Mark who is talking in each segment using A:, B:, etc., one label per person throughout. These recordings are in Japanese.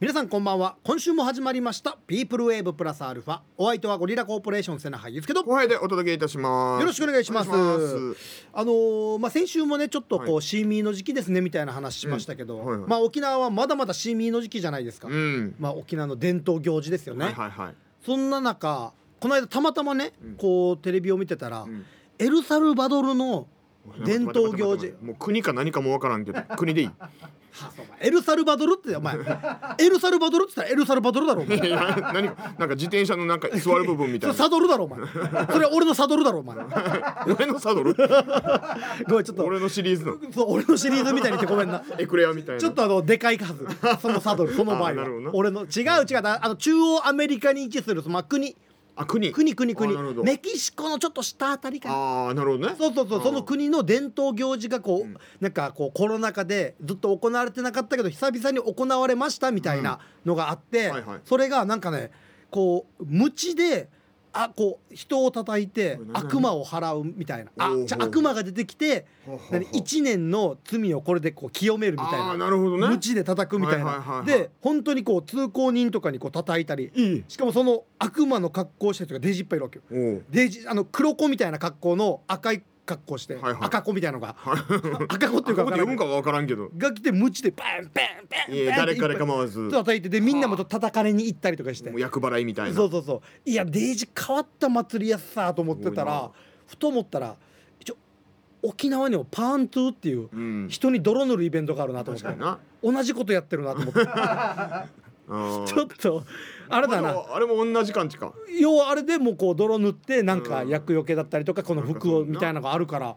A: 皆さんこんばんは今週も始まりました「ピープルウェーブプラスアルファ」お相手はゴリラコーポレーション瀬名ですけど
B: 後輩でお届けいたします。
A: よろしくお願いします
B: お願いし
A: あのーまあ、先週もねちょっとこう、
B: は
A: シーミーの時期ですねみたいな話しましたけど、
B: うんはいはい
A: まあ、沖縄はまだまだシーミーの時期じゃないですか、
B: うん。
A: まあ、沖縄の伝統行事ですよね、
B: はいはいはい。
A: そんな中この間たまたまね、
B: うん
A: こうテレビを見てたら、
B: うん
A: エルサルバドルの伝統行
B: 待って待って待っ
A: 事
B: てもう国か何かもわからんけど、国でいい。
A: はそうお前エルサルバドルってお前エルサルバドルって言ったらエルサルバドルだろお前
B: いや何か、なんか自転車のなんか座る部分
A: そ
B: み
A: れ
B: たいな。
A: サドルだろお前それ俺のサドルだろお前
B: 俺のサドル。
A: ごめんちょっと
B: 俺のシリーズの。
A: そう 俺のシリーズみたいに言ってごめん な
B: エクレアみたいな。
A: ちょっとあのでかい数そのサドル その場合
B: あなるほど
A: は
B: な
A: 俺の違う違うだあの中央アメリカに位置するそのまあ国
B: あ、国。
A: 国国
B: あなるほ
A: 国
B: ど
A: メキシコのちょっと下あたりかな
B: ああ、なるほどね。
A: そうそうそう
B: あー
A: その国の伝統行事がこう、
B: うん
A: なんかこうコロナ禍でずっと行われてなかったけど久々に行われましたみたいなのがあって、
B: うんはいはい
A: それがなんかねこう無知であこう人を叩いて
B: これ何々
A: 悪魔を払うみたいなあ
B: おうおう
A: じゃあ悪魔が出てきて
B: ほうほうほう
A: 何1年の罪をこれでこう清めるみたい
B: あ
A: な
B: あ、なるほどね
A: 無。知で叩くみたい
B: はいはいはい
A: な
B: はい
A: で本当にこう通行人とかにこう叩いたり
B: いい。
A: しかもその悪魔の格好をした人がデジいっぱいいるわけよ
B: おう
A: デジあの黒子みたいな格好の赤い格好して
B: はいはい
A: 赤子みたいなのが 赤子っていうかわか
B: ここで
A: ら
B: 読
A: ん
B: む
A: け
B: か
A: ど
B: はわからんけど。
A: が来て無知でパンパンパンパン
B: いや、誰から構わず。
A: ず
B: も
A: 叩いてでみんなもと叩かれに行ったりとかして
B: う厄払いみたいな。
A: そうそうそういやデージ変わった祭りやっさと思ってた
B: すご
A: ら
B: いな
A: ふと思ったら一応沖縄にもパーントゥーっていう
B: うん。
A: 人に泥塗るイベントがあるなと思っ
B: 確
A: て
B: かにな。
A: 同じことやってるなと思って
B: うん
A: ちょっとあれだ
B: ま
A: な
B: ああれも同じ感じか。
A: 要はあれでもうこう泥塗ってなんか
B: うん
A: 厄除けだったりとかこの服をみたいなのがあるから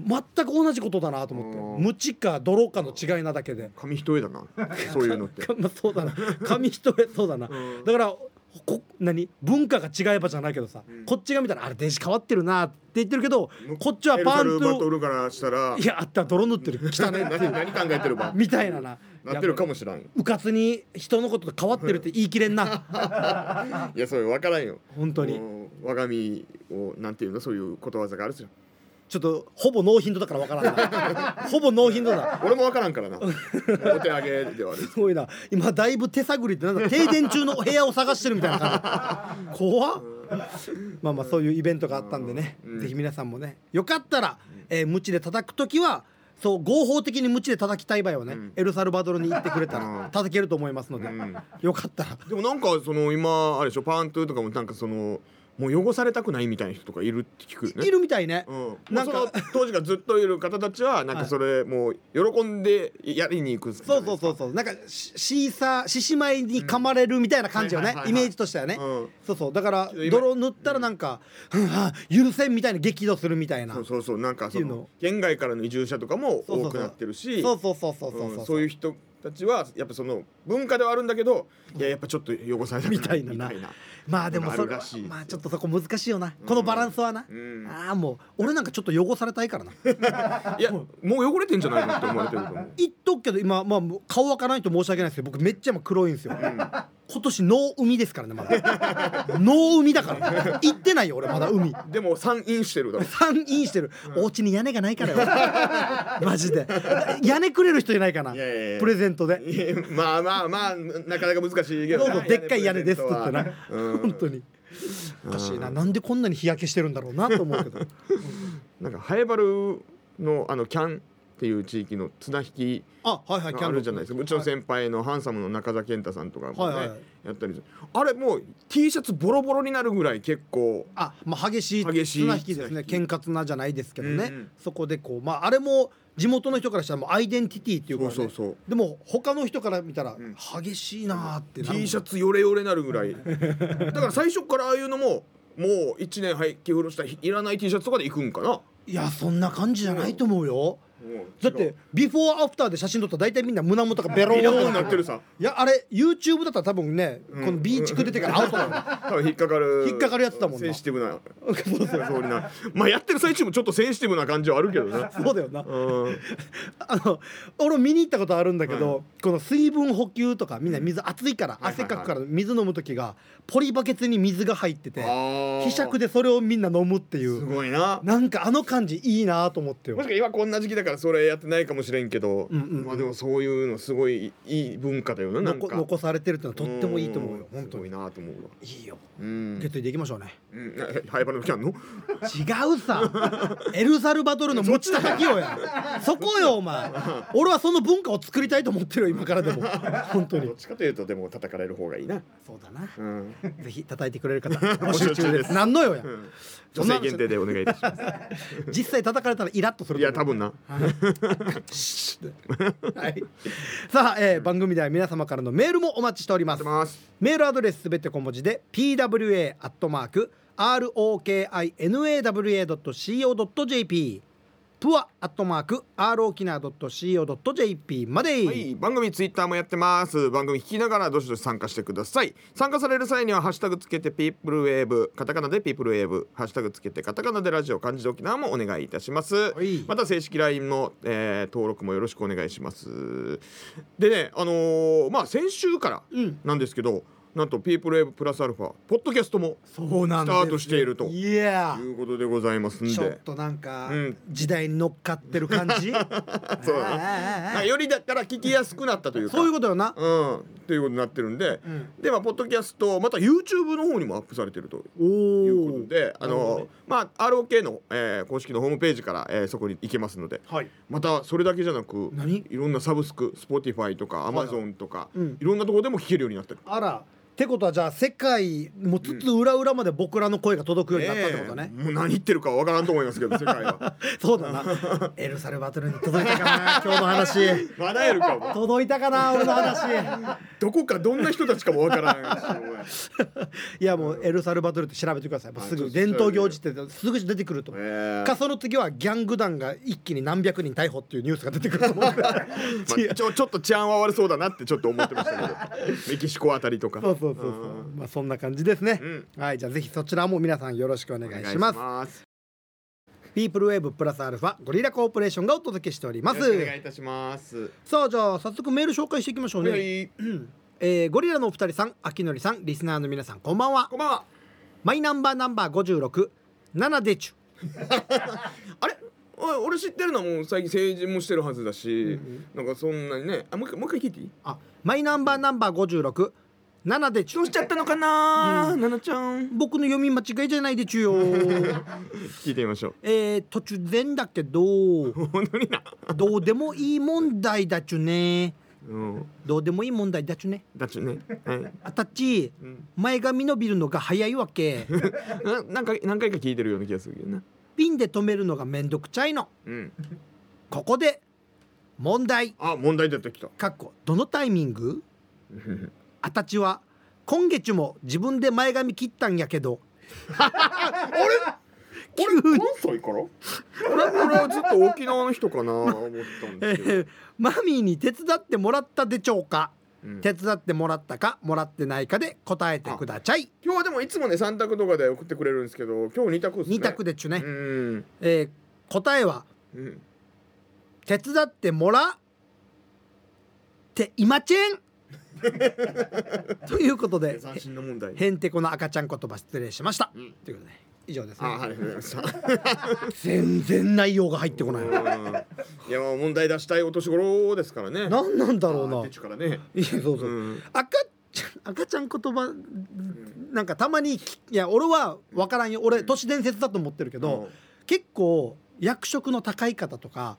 A: 全く同じことだなと思っ
B: う
A: て
B: ん
A: 無知か泥かの違いなだけで
B: 紙一重だ な。そういうのって。
A: まあ そうだな紙一重そうだな
B: うん
A: だからこ何文化が違えばじゃないけどさ、
B: うん
A: こっちが見たらあれ電子変わってるなって言ってるけどこっちはパン
B: エルサルバト
A: と
B: ルからしたら
A: いやあった泥塗ってる汚 ねってい
B: 何
A: う
B: 何考えてるば
A: みたいなな
B: なってるかもしらんよ
A: うかつに人のことと変わってるって言い切れんな
B: いやそれ分からんよ
A: 本当に
B: もう我が身をなんていうのそういうことわざがあるじゃん
A: ちょっとほぼノーヒントだからわから ないほぼノーヒントだ
B: 俺も分から んからなお手上げではある
A: すごいな今だいぶ手探りってなんだ停電中のお部屋を探してるみたいな感じ怖っまあまあそういうイベントがあったんでね、
B: うん
A: ぜひ皆さんもねよかったら、えー、無知で叩く時はそう合法的に無知で叩きたい場合はね、
B: ん
A: エルサルバドルに行ってくれた
B: う
A: ら
B: ん
A: 叩けると思いますので、
B: ん
A: よかったら
B: でもなんかその今あれでしょパントゥーとかもなんかそのもう汚されたくないみたいな人とかいるって聞くよね
A: いるみたいね、
B: うん、
A: な
B: なんん
A: か
B: か当時からずっといる方たちはなん
A: は
B: か
A: い
B: それもう喜んでやりに行くんです
A: そうそうそうそうなんかシシーサー獅子舞に噛まれるみたいな感じよね、
B: はいはいはい
A: イ
B: はい
A: メージとしてはね、
B: うん
A: そうそうだから
B: ど今
A: 泥塗ったらなんか「ふんはん許せん」みたいな激怒するみたいな
B: そうそうそうなんかそ
A: っていうの
B: の県外からの移住者とかも多くなってるし
A: そうそうそうそうそう
B: う
A: そ
B: ん
A: う
B: そういう人たちはやっぱその文化ではあるんだけどいややっぱちょっと汚されたく
A: みたいなな
B: みたいな
A: まあでもそ
B: なんか
A: れ
B: あるらしいですよ
A: まあちょっとそこ難しいよなこのバランスはな、
B: うん
A: ああもう俺なんかちょっと汚されたいからな
B: いやもう汚れてんじゃないのって思われてると思う
A: 言っとくけど今、まあ、もう顔わからないと申し訳ないですけど僕めっちゃ今黒いんですよ、今年ノー海ですからねま だノー海だから行ってないよ俺まだ海
B: でも散飲してるだろ
A: 散飲してる、お家に屋根がないから よマジで屋根くれる人いないかない
B: やいやいや
A: プレゼントで
B: いやまあまあまあなかなか難しいけ
A: ど
B: ど
A: うぞでっかい屋根ですっ
B: と
A: て言ってな、本当におかしいななんでこんなに日焼けしてるんだろうなと思 うけど
B: なんかハエバルのあのキャンっていう地域の綱引き
A: あはいはいキャンド
B: あ
A: ル
B: るじゃないですかうちの先輩のハンサムの中田健太さんとかもね、
A: はいはい
B: やったりするあれもう T シャツボロボロになるぐらい結構
A: あ、まあ、激しい
B: 激しい
A: 綱引きですね
B: 綱
A: 喧嘩綱じゃないですけどね、
B: うんうん
A: そこでこう、まあ、あれも地元の人からしたらもうアイデンティティっていうか、ね、
B: そうそうそう
A: でも他の人から見たら
B: ん
A: 激しいなーってなる
B: T シャツヨレヨレなるぐらいだから最初からああいうのももう1年廃棄古したいらない T シャツとかでいくんかない
A: やそんな感じじゃないと思うよ、だってビフォーアフターで写真撮ったら大体みんな胸元がベロ
B: ビロー
A: ー
B: ン
A: ン
B: なってるさ
A: いやあれ YouTube だったら多分ね、この B 地区出てからアウトだよ
B: 多分引っかかる
A: 引っかかるやつだもんな
B: センシティブな
A: そうそう
B: そうになまあやってる最中もちょっとセンシティブな感じはあるけどな
A: そうだよな
B: うん
A: あの俺見に行ったことあるんだけど、この水分補給とかみんな水熱いから
B: はいはい
A: 汗かくから水飲む時がポリバケツに水が入ってて
B: あー
A: ひしゃくでそれをみんな飲むってい
B: す
A: う
B: ごいな
A: なんかあの感じいいなと思ってよ
B: もしか今こんな時期だからそれやってないかもしれんけど、
A: うんうん
B: まあでもそういうのすごいいい文化だよななん
A: 残
B: か
A: 残されてるってのはとってもいいと思うよ
B: ん
A: 本当
B: すごい
A: に
B: なと思うわ
A: いいよ
B: うん
A: 決意でいきましょうね
B: うんな灰原のキャンの
A: 違うさエルサルバドルの持ち叩きよやそこよお前俺はその文化を作りたいと思ってるよ今からでも本当
B: ど
A: に
B: っちかというとでも叩かれる方がいいな、
A: そうだな
B: うん、
A: ぜひ叩いてくれる 方募集中です何のよや
B: 女性限定でお願いいたします
A: 実際叩かれたらイラッとする
B: い
A: と思う
B: や多分な
A: はい、さあ、えー番組では皆様からのメールもお待ちしておりま
B: 待って
A: す
B: ます
A: メールアドレスすべて小文字で pwa.rokinawa.co.jp プアアットマーク rokina.co.jp まで、
B: はい、番組ツイッターもやってます番組聞きながらどしどし参加してください参加される際には「ハッシュタグつけてピープルウェーブ」カタカナで「ピープルウェーブ」「ハッシュタグつけてカタカナでラジオ漢字で沖縄」もお願いいたします
A: はい
B: また正式 LINE の、えー登録もよろしくお願いしますでねあのーまあ先週から
A: うん
B: なんですけど、なんと「ピープルウェーブプラスアルファ」ポッドキャストも
A: そうなんです
B: スタートしていると
A: いや
B: ということでございますんで
A: ちょっとなんか、
B: うん
A: 時代に乗っかってる感 じ
B: そうだな
A: あー
B: あよりだから聞きやすくなったというか
A: そういうことよな、
B: うん、ということになってるんで、
A: うん
B: でまあポッドキャストまた YouTube の方にもアップされてると
A: おお
B: いうことであ
A: なるほ
B: の、
A: どね
B: まあ ROK の、えー公式のホームページから、えーそこに行けますので
A: はい
B: またそれだけじゃなく
A: 何
B: いろんなサブスク Spotify とか Amazon とか、
A: うん
B: いろんなところでも聞けるようになってる。
A: あらってことはじゃあ世界もつつ裏裏まで僕らの声が届くようになったってことね
B: え、ーもう何言ってるかわからんと思いますけど世 界は
A: そうだなエルサルバトルに届いたかな今日の話
B: まだやるかも
A: 届いたかな俺の話
B: どこかどんな人たちかもわからないし
A: いやもうエルサルバトルって調べてくださいもうす
B: は
A: ぐ
B: い
A: 伝統行事ってすぐ出てくると
B: おい
A: 思う
B: えー
A: かその次はギャング団が一気に何百人逮捕っていうニュースが出てくると思うんで
B: ま あちょち ょっと治安は悪そうだなってちょっと思ってました けどメキシコあたりとか
A: そうそうそうそうまあそんな感じですね、
B: うん
A: はいじゃあぜひそちらも皆さんよろしくお願いします
B: ます。
A: ピープルウェーブプラスアルファゴリラコーポレーションがお届けしております
B: お願いいたします。
A: さあじゃあ早速メール紹介していきましょうね、
B: はい、
A: えーゴリラのお二人さん秋のりさんリスナーの皆さんこんばんは
B: こんばんは。
A: マイナンバーナンバー567でちゅ
B: あれ、おい俺知ってるのはもう最近成人もしてるはずだし、なんかそんなにね、あもう一回もう一回聞いていい？
A: あマイナンバーナンバー567でちゅ
B: どうしちゃったのかな、ななちゃん。
A: 僕の読み間違いじゃないでちゅ よ
B: 聞いてみましょう。
A: えー、途中然だけど
B: 本当にな。
A: どうでもいい問題だちゅね
B: うん。
A: どうでもいい問題だちゅね
B: だっちゅね。はい。
A: あたっち
B: うん
A: 前髪伸びるのが早いわ け
B: ななんか何回か聞いてるような気がするけどな。
A: ピンで止めるのがめんどくちゃいの
B: うん。
A: ここで問題
B: あ、問題出てきた。
A: かっこどのタイミン グあたちは今月も自分で前髪切ったんやけど
B: あれ？俺関西から？俺俺はずっと沖縄の人かな思った んですけど。
A: マミーに手伝ってもらったでちょうか、
B: うん
A: 手伝ってもらったかもらってないかで答えてくだちゃい
B: 今日はでもいつもね三択とかで送ってくれるんですけど、今日二択ですね。
A: 二択でちゅね、
B: うん。
A: えー答えは
B: うん
A: 手伝ってもらって今チェ ンということで
B: 斬新な問題。
A: へんてこな赤ちゃん言葉失礼しました、
B: ん
A: ということで以上です
B: あ、
A: ね、
B: はい、ありがとうございました。
A: 全然内容が入ってこない
B: うんいや、まあ、問題出したいお年頃ですからね。
A: 何なんだろうな
B: あ手からね。
A: いやそうそう、
B: うん
A: 赤ちゃん赤ちゃん言葉なんかたまにきいや俺は分からんよ俺都市伝説だと思ってるけど、結構役職の高い方とか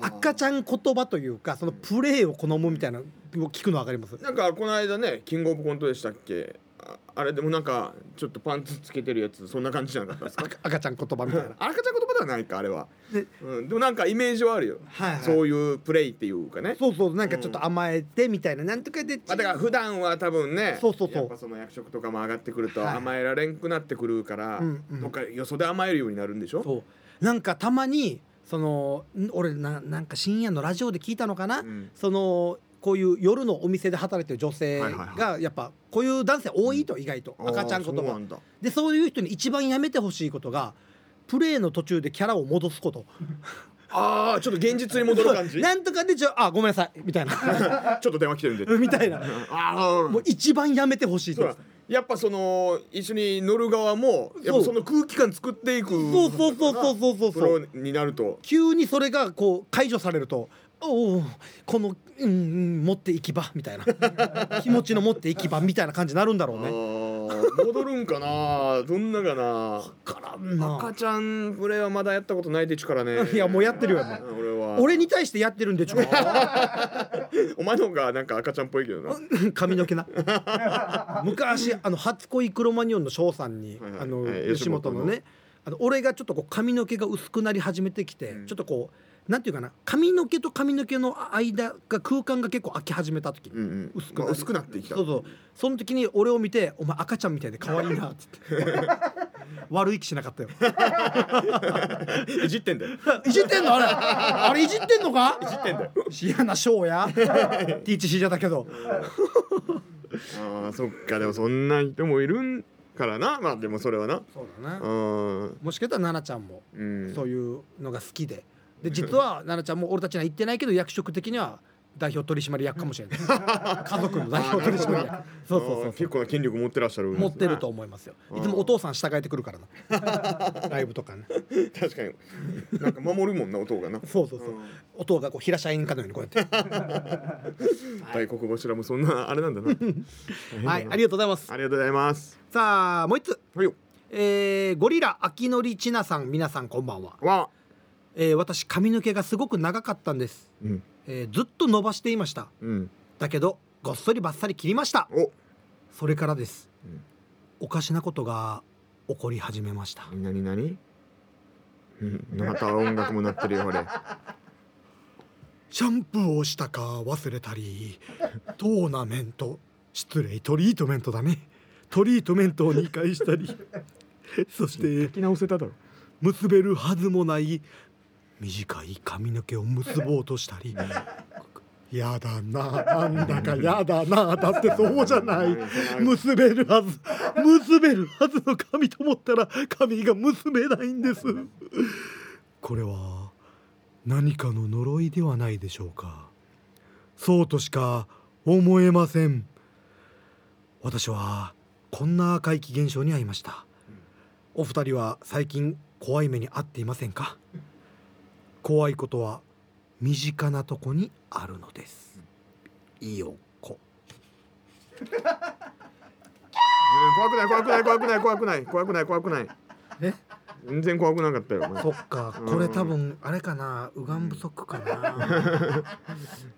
A: 赤ちゃん言葉というかそのプレーを好むみたいなのを聞くの分かります
B: なんか、この間ね、キングオブコントでしたっけ。ああれでも、なんか、ちょっとパンツつけてるやつ、そんな感じじゃなかった ですか。
A: 赤赤ちゃん言葉みたいな。
B: あ赤ちゃん言葉ではないか、あれは。
A: で
B: うん、でも、なんかイメージはあるよ。
A: はいはい
B: そういうプレイっていうかね。
A: そうそうなんかちょっと甘えてみたいななんとかで
B: まあ、だから普段は多分ね
A: そうそうそう
B: やっぱその役職とかも上がってくると
A: はい
B: 甘えられんくなってくるから、
A: うんうん
B: どっかよそで甘えるようになるんでしょ
A: そうなんかたまにそのん俺ななんか深夜のラジオで聞いたのかな、
B: うん
A: そのこういう夜のお店で働いてる女性
B: はいはい
A: がやっぱこういう男性多いと意外と、赤ちゃん言
B: あーそう
A: 葉
B: なんだ
A: でそういう人に一番やめてほしいことがプレーの途中でキャラを戻すこと
B: ああちょっと現実に戻る感じちょ
A: なんとかでちょあご めんなさいみたいな
B: っと電話来てるんで
A: みたいな
B: ああ
A: もう一番やめてほしい
B: そう
A: と
B: だやっぱその一緒に乗る側もやっぱその空気感作っていく
A: そうそうそうそうそうそう
B: プ
A: そ
B: ロ
A: う
B: になると
A: 急にそれがこう解除されるとおおこの、うんうん、持っていき場み たいな気持ちの持っていき場みたいな感じになるんだろう
B: あ
A: ね
B: ー戻るん かなどんなかな
A: からん
B: 赤
A: な
B: ちゃんプレイはまだやったことないでちゅからね
A: いやもうやってるよお前
B: 俺は
A: 俺に対してやってるんでちょっ
B: お前の方がなんか赤ちゃんっぽいけどな
A: と 髪の毛 な昔あの初恋クロマニオンの翔さんに
B: はいはい
A: あの
B: はい
A: 吉本の
B: 吉
A: ね
B: 本
A: あの俺がちょっとこう髪の毛が薄くなり始めてきて
B: うん
A: ちょっとこうなんていうかな髪の毛と髪の毛の間が空間が結構空き始めた時
B: うんうん
A: 薄く
B: ま
A: な
B: あ
A: る
B: 薄くなってきた
A: そうそうその時に俺を見て「お前赤ちゃんみたいで可愛いな」っつって 悪い気しなか ったよ
B: いじってんだよ
A: いじってんのあれあれいじってんのかいじってんだよ嫌なショー や THC じゃだけど
B: あーそっかでもそんな人もいるんからなまあでもそれはな
A: そうだ
B: う
A: ね
B: ん
A: もしかしたら奈々ちゃんも
B: うん
A: そういうのが好きでで実は奈々ちゃんも俺たちには言ってないけど役職的には代表取締役かもしれ ない家族の代表取締役そうそうそう
B: あ
A: そ
B: ー
A: う
B: 結構な権力持ってらっしゃる
A: 持ってると思いますよ
B: うん
A: いつもお父さん従えてくるから なライブとかね
B: 確かになんか守るもんな音 がな
A: そうそうそう、
B: うん
A: 音がこう平社員かのようにこうやって
B: 外国語しらもそんなあ れなんだな
A: はいありがとうございます
B: ありがとうございます
A: さあもう一つ、
B: はいよ
A: えーゴリラ秋のりちなさん皆さんこんばんは、
B: わ
A: えー私髪の毛がすごく長かったんです、
B: うん
A: えーずっと伸ばしていました
B: うん
A: だけどごっそりばっさり切りました
B: お
A: それからです、
B: うん
A: おかしなことが起こり始めました
B: なになにうんまた音楽も鳴ってる よ俺
A: シャンプーをしたか忘れた りトーナメント失礼トリートメントだねトリートメントを2回した りそして
B: き直せただろ
A: 結べるはずもない短い髪の毛を結ぼうとしたり やだななんだかやだなだってそうじゃ ない結べるはず結べるはずの髪と思ったら髪が結べないんですこれは何かの呪いではないでしょうかそうとしか思えません私はこんな怪奇現象に遭いましたお二人は最近怖い目に遭っていませんか怖いことは身近なとこにあるのですいよこ
B: 怖くない怖くない怖くない怖くない怖くない怖くない
A: え
B: 全然怖くなかったよお前
A: そっか
B: うん
A: これ多分あれかな右眼不足かな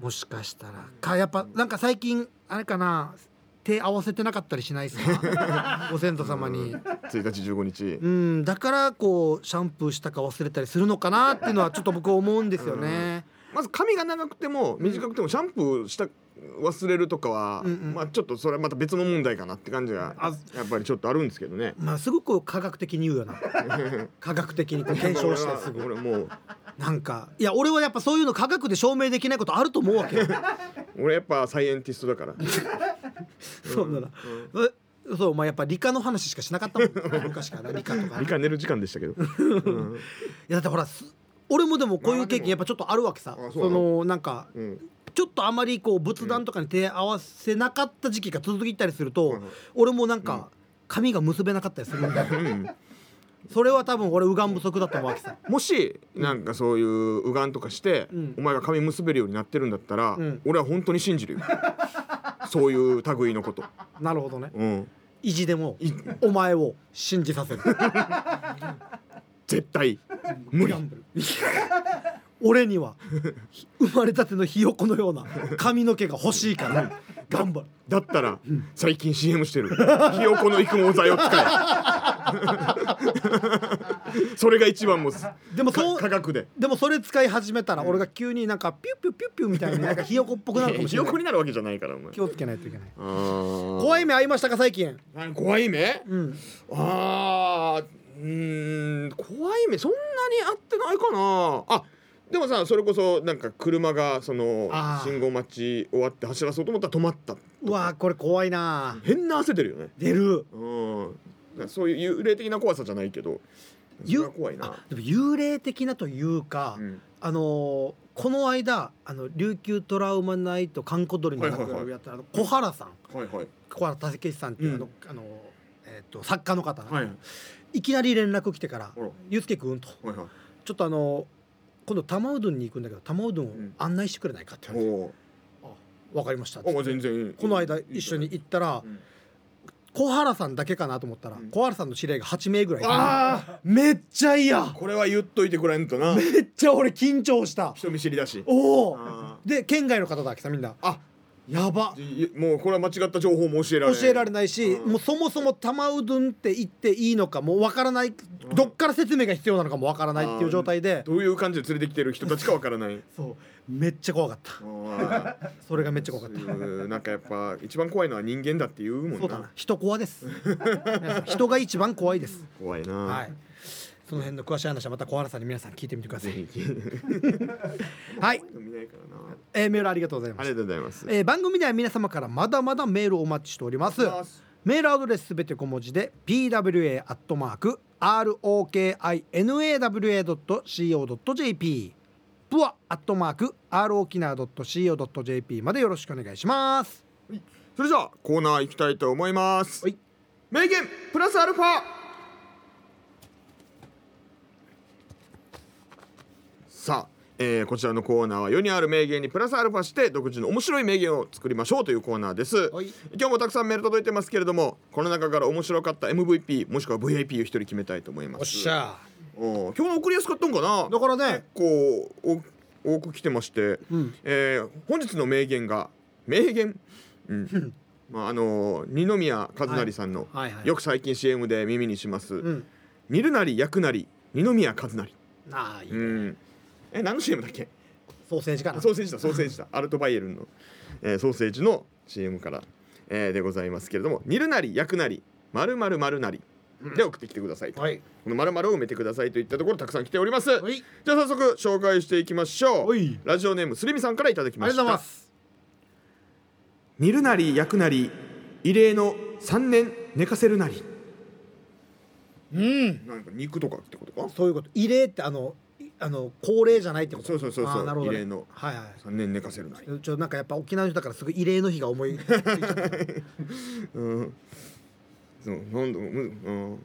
A: もしかしたらかやっぱなんか最近あれかな手合わせてなかったりしないです かご先祖様に
B: 1日15日
A: うんだからこうシャンプーしたか忘れたりするのかなっていうのはちょっと僕思うんですよね
B: まず髪が長くても短くてもシャンプーした忘れるとかは、
A: うんうん
B: まあちょっとそれはまた別の問題かなって感じが
A: あ
B: やっぱりちょっとあるんですけどね
A: まあすごく科学的に言う よな科学的にこう検証してすぐ
B: 俺は俺もう
A: なんかいや俺はやっぱそういうの科学で証明できないことあると思うわけよ
B: 俺やっぱサイエンティストだから
A: そうだな、えそうお前やっぱ理科の話しかしなか ったもん昔から理科とか
B: 理
A: い
B: 科寝る時間でしたけど、うん
A: やだってほらす俺もでもこうい
B: まあ
A: う
B: でも
A: 経験やっぱちょっとあるわけさ
B: あそ
A: そ
B: うなの
A: のなんか
B: うん
A: ちょっとあまりこう仏壇とかに手合わせなかった時期が続いたりすると、
B: うん
A: 俺もなんか髪が結べなかったりするんだよ
B: うん
A: それは多分俺右眼不足だと思うわけ さ
B: もしなんかそういううがんとかして、
A: うん
B: お前が髪結べるようになってるんだったら、
A: うん
B: 俺は本当に信じるよそういう類のこと、
A: なるほどね
B: うん、
A: 意地でも
B: い
A: お前を信じさせる
B: 絶対無
A: ギ
B: 理
A: ャンブル俺にはひ生まれたてのひよこのような髪の毛が欲しいから頑張る
B: だったら最近 CM してるひよこの育毛剤を使 えそれが一番もうす
A: でも
B: か
A: そう
B: 科学で
A: でもそれ使い始めたら俺が急になんかピュッピュッピュッピュッみたいになんかひよこっぽくなるかもし
B: ひ
A: れ
B: よ
A: な
B: こ
A: い
B: になるわけじゃないからお前
A: 気をつけないといけない
B: 怖
A: 怖い目合いましたか最近
B: 怖い目
A: うん
B: あーうーん怖い目そんなにあってないかなあでもさそれこそなんか車がその
A: あー
B: 信号待ち終わって走らそうと思ったら止まった
A: うわーこれ怖いな
B: 変な汗出るよね
A: 出る
B: うんだからそういう幽霊的な怖さじゃないけどそれは怖いな
A: あでも幽霊的なというか、
B: うん
A: あのーこの間あの琉球トラウマナイト観光鳥の中
B: はいはいはい
A: をやった、あの小原さん
B: はいはい
A: 小原武史さんっていうあの、
B: うん
A: あのえっと作家の方、
B: はい
A: い、きなり連絡来てから
B: ほら
A: 「ゆうすけくん」と
B: はいはい
A: 「ちょっとあの今度玉うどんに行くんだけど玉うど
B: うんん
A: を案内してくれないか」って言われて
B: お
A: 「分かりました」って
B: お全然いい
A: この間一緒に行ったら
B: うん
A: 小原さんだけかなと思ったら
B: うん
A: 小原さんの指令が8名ぐらいいて
B: あ
A: めっちゃ嫌
B: あこれは言っといてくれんと な
A: めっちゃ俺緊張した
B: 人見知りだし
A: おお
B: あ
A: で県外の方だわけさみんな
B: あ
A: やば
B: じもうこれは間違った情報も教えられない
A: 教えられないし、
B: うん
A: もうそもそも玉うどんって言っていいのかもうわからない、
B: ん
A: どっから説明が必要なのかもわからないっていう状態で、
B: どういう感じで連れてきてる人たちかわから ない
A: そうめっちゃ怖かった
B: ああ
A: それがめっちゃ怖かった
B: うんなんかやっぱ一番怖いのは人間だって言うもん
A: そうだな人怖です 皆さん人が一番怖いです、
B: 怖いな、
A: はいその辺の詳しい話はまた小原さんに皆さん聞いてみてくださ
B: ぜ
A: い
B: ひ聞いて
A: はい、
B: 見ないからな
A: えー、メールありがとうござい
B: あ
A: ま
B: り
A: した
B: がとうございます
A: えー番組では皆様からまだまだメールをお待ちしておりますメールアドレスすべて小文字で pwa.rokinawa.co.jp プアアットマーク r o k i n a c o j p までよろしくお願いします。
B: それじゃあコーナー行きたいと思います、
A: はい
B: 名言プラスアルファさあ、えーこちらのコーナーは世にある名言にプラスアルファして独自の面白い名言を作りましょうというコーナーです、
A: はい
B: 今日もたくさんメール届いてますけれどもこの中から面白かった MVP もしくは VIP を一人決めたいと思います
A: ゃ。
B: おー今日の送りやすかったんかな
A: だからね、
B: こうお多く来てまして、
A: うん
B: えー本日の名言が名言、うん、まああのー二宮和也さんの、
A: はいはいはい
B: よく最近 CM で耳にします、
A: うん、
B: 煮るなり焼くなり二宮和也、
A: ああいい、
B: うん、え何の CM だっけ
A: ソーセージか
B: あ
A: な。
B: ソーセージだソーセー ジだアルトバイエルンの、えーソーセージの CM から、えーでございますけれども煮るなり焼くなりまるまるまるなりで送ってきてくださいと、
A: はい
B: このまるまるを埋めてくださいといったところたくさん来ております、
A: はい
B: じゃあ早速紹介していきましょう
A: はい
B: ラジオネームすりみさんからいただき
A: あ
B: ま
A: りがとうござい
B: し
A: ま
B: た
A: す。
B: 煮るなり焼くなり異例の3年寝かせるなり
A: うん、
B: なんか肉とかってことか
A: そういうこと。異例ってあのいあの高齢じゃないってこと。
B: そうそうそうそう
A: あーなるほど、ね。
B: 異例の
A: はいはい。
B: 3年寝かせるなり
A: ちょなんかやっぱ沖縄の人だからすごい慰霊の日が 思い
B: うんそうなんだうん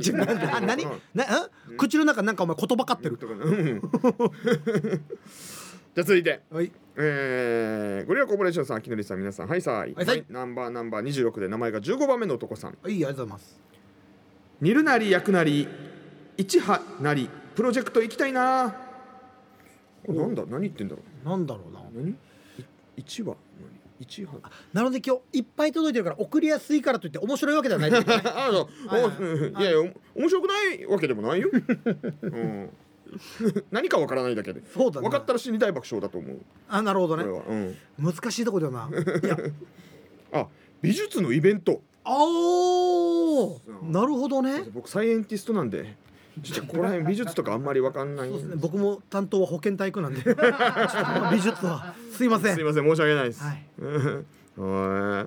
A: ちょなな 何なうん口の中なんかお前言葉かって
B: うん
A: る
B: とかなうんじゃあ続いて
A: はい
B: えー、ゴリラコーポレーションさん、きのりさん、皆さん、はいさーい。
A: はいさーい
B: ナンバーナンバー26で名前が15番目の男さん。
A: はいありがとうございます
B: 煮るなり焼くなり一派なりプロジェクト行きたいなこれなんだ何言ってんだろ
A: なんだろうな
B: う何い一話何一派
A: なので今日いっぱい届いてるから送りやすいからといって面白いわけでは ないですね
B: あの
A: はいはい
B: おいやいやお面白くないわけでもないよ、うん、 何かわからないだけで
A: そうだね
B: 分かったら死に大爆笑だと思う
A: あなるほど
B: これ
A: ね
B: は、うん、
A: 難しいとこだよ ないや
B: あ美術のイベント
A: あお
B: そう
A: なるほどね
B: 僕サイエンティストなんでちょっとここら辺美術とかあんまりわかんない
A: そうですね僕も担当は保健体育 なんでちょっと美術はすいませ
B: すい
A: ん
B: ません申し訳ないです、
A: はい
B: はい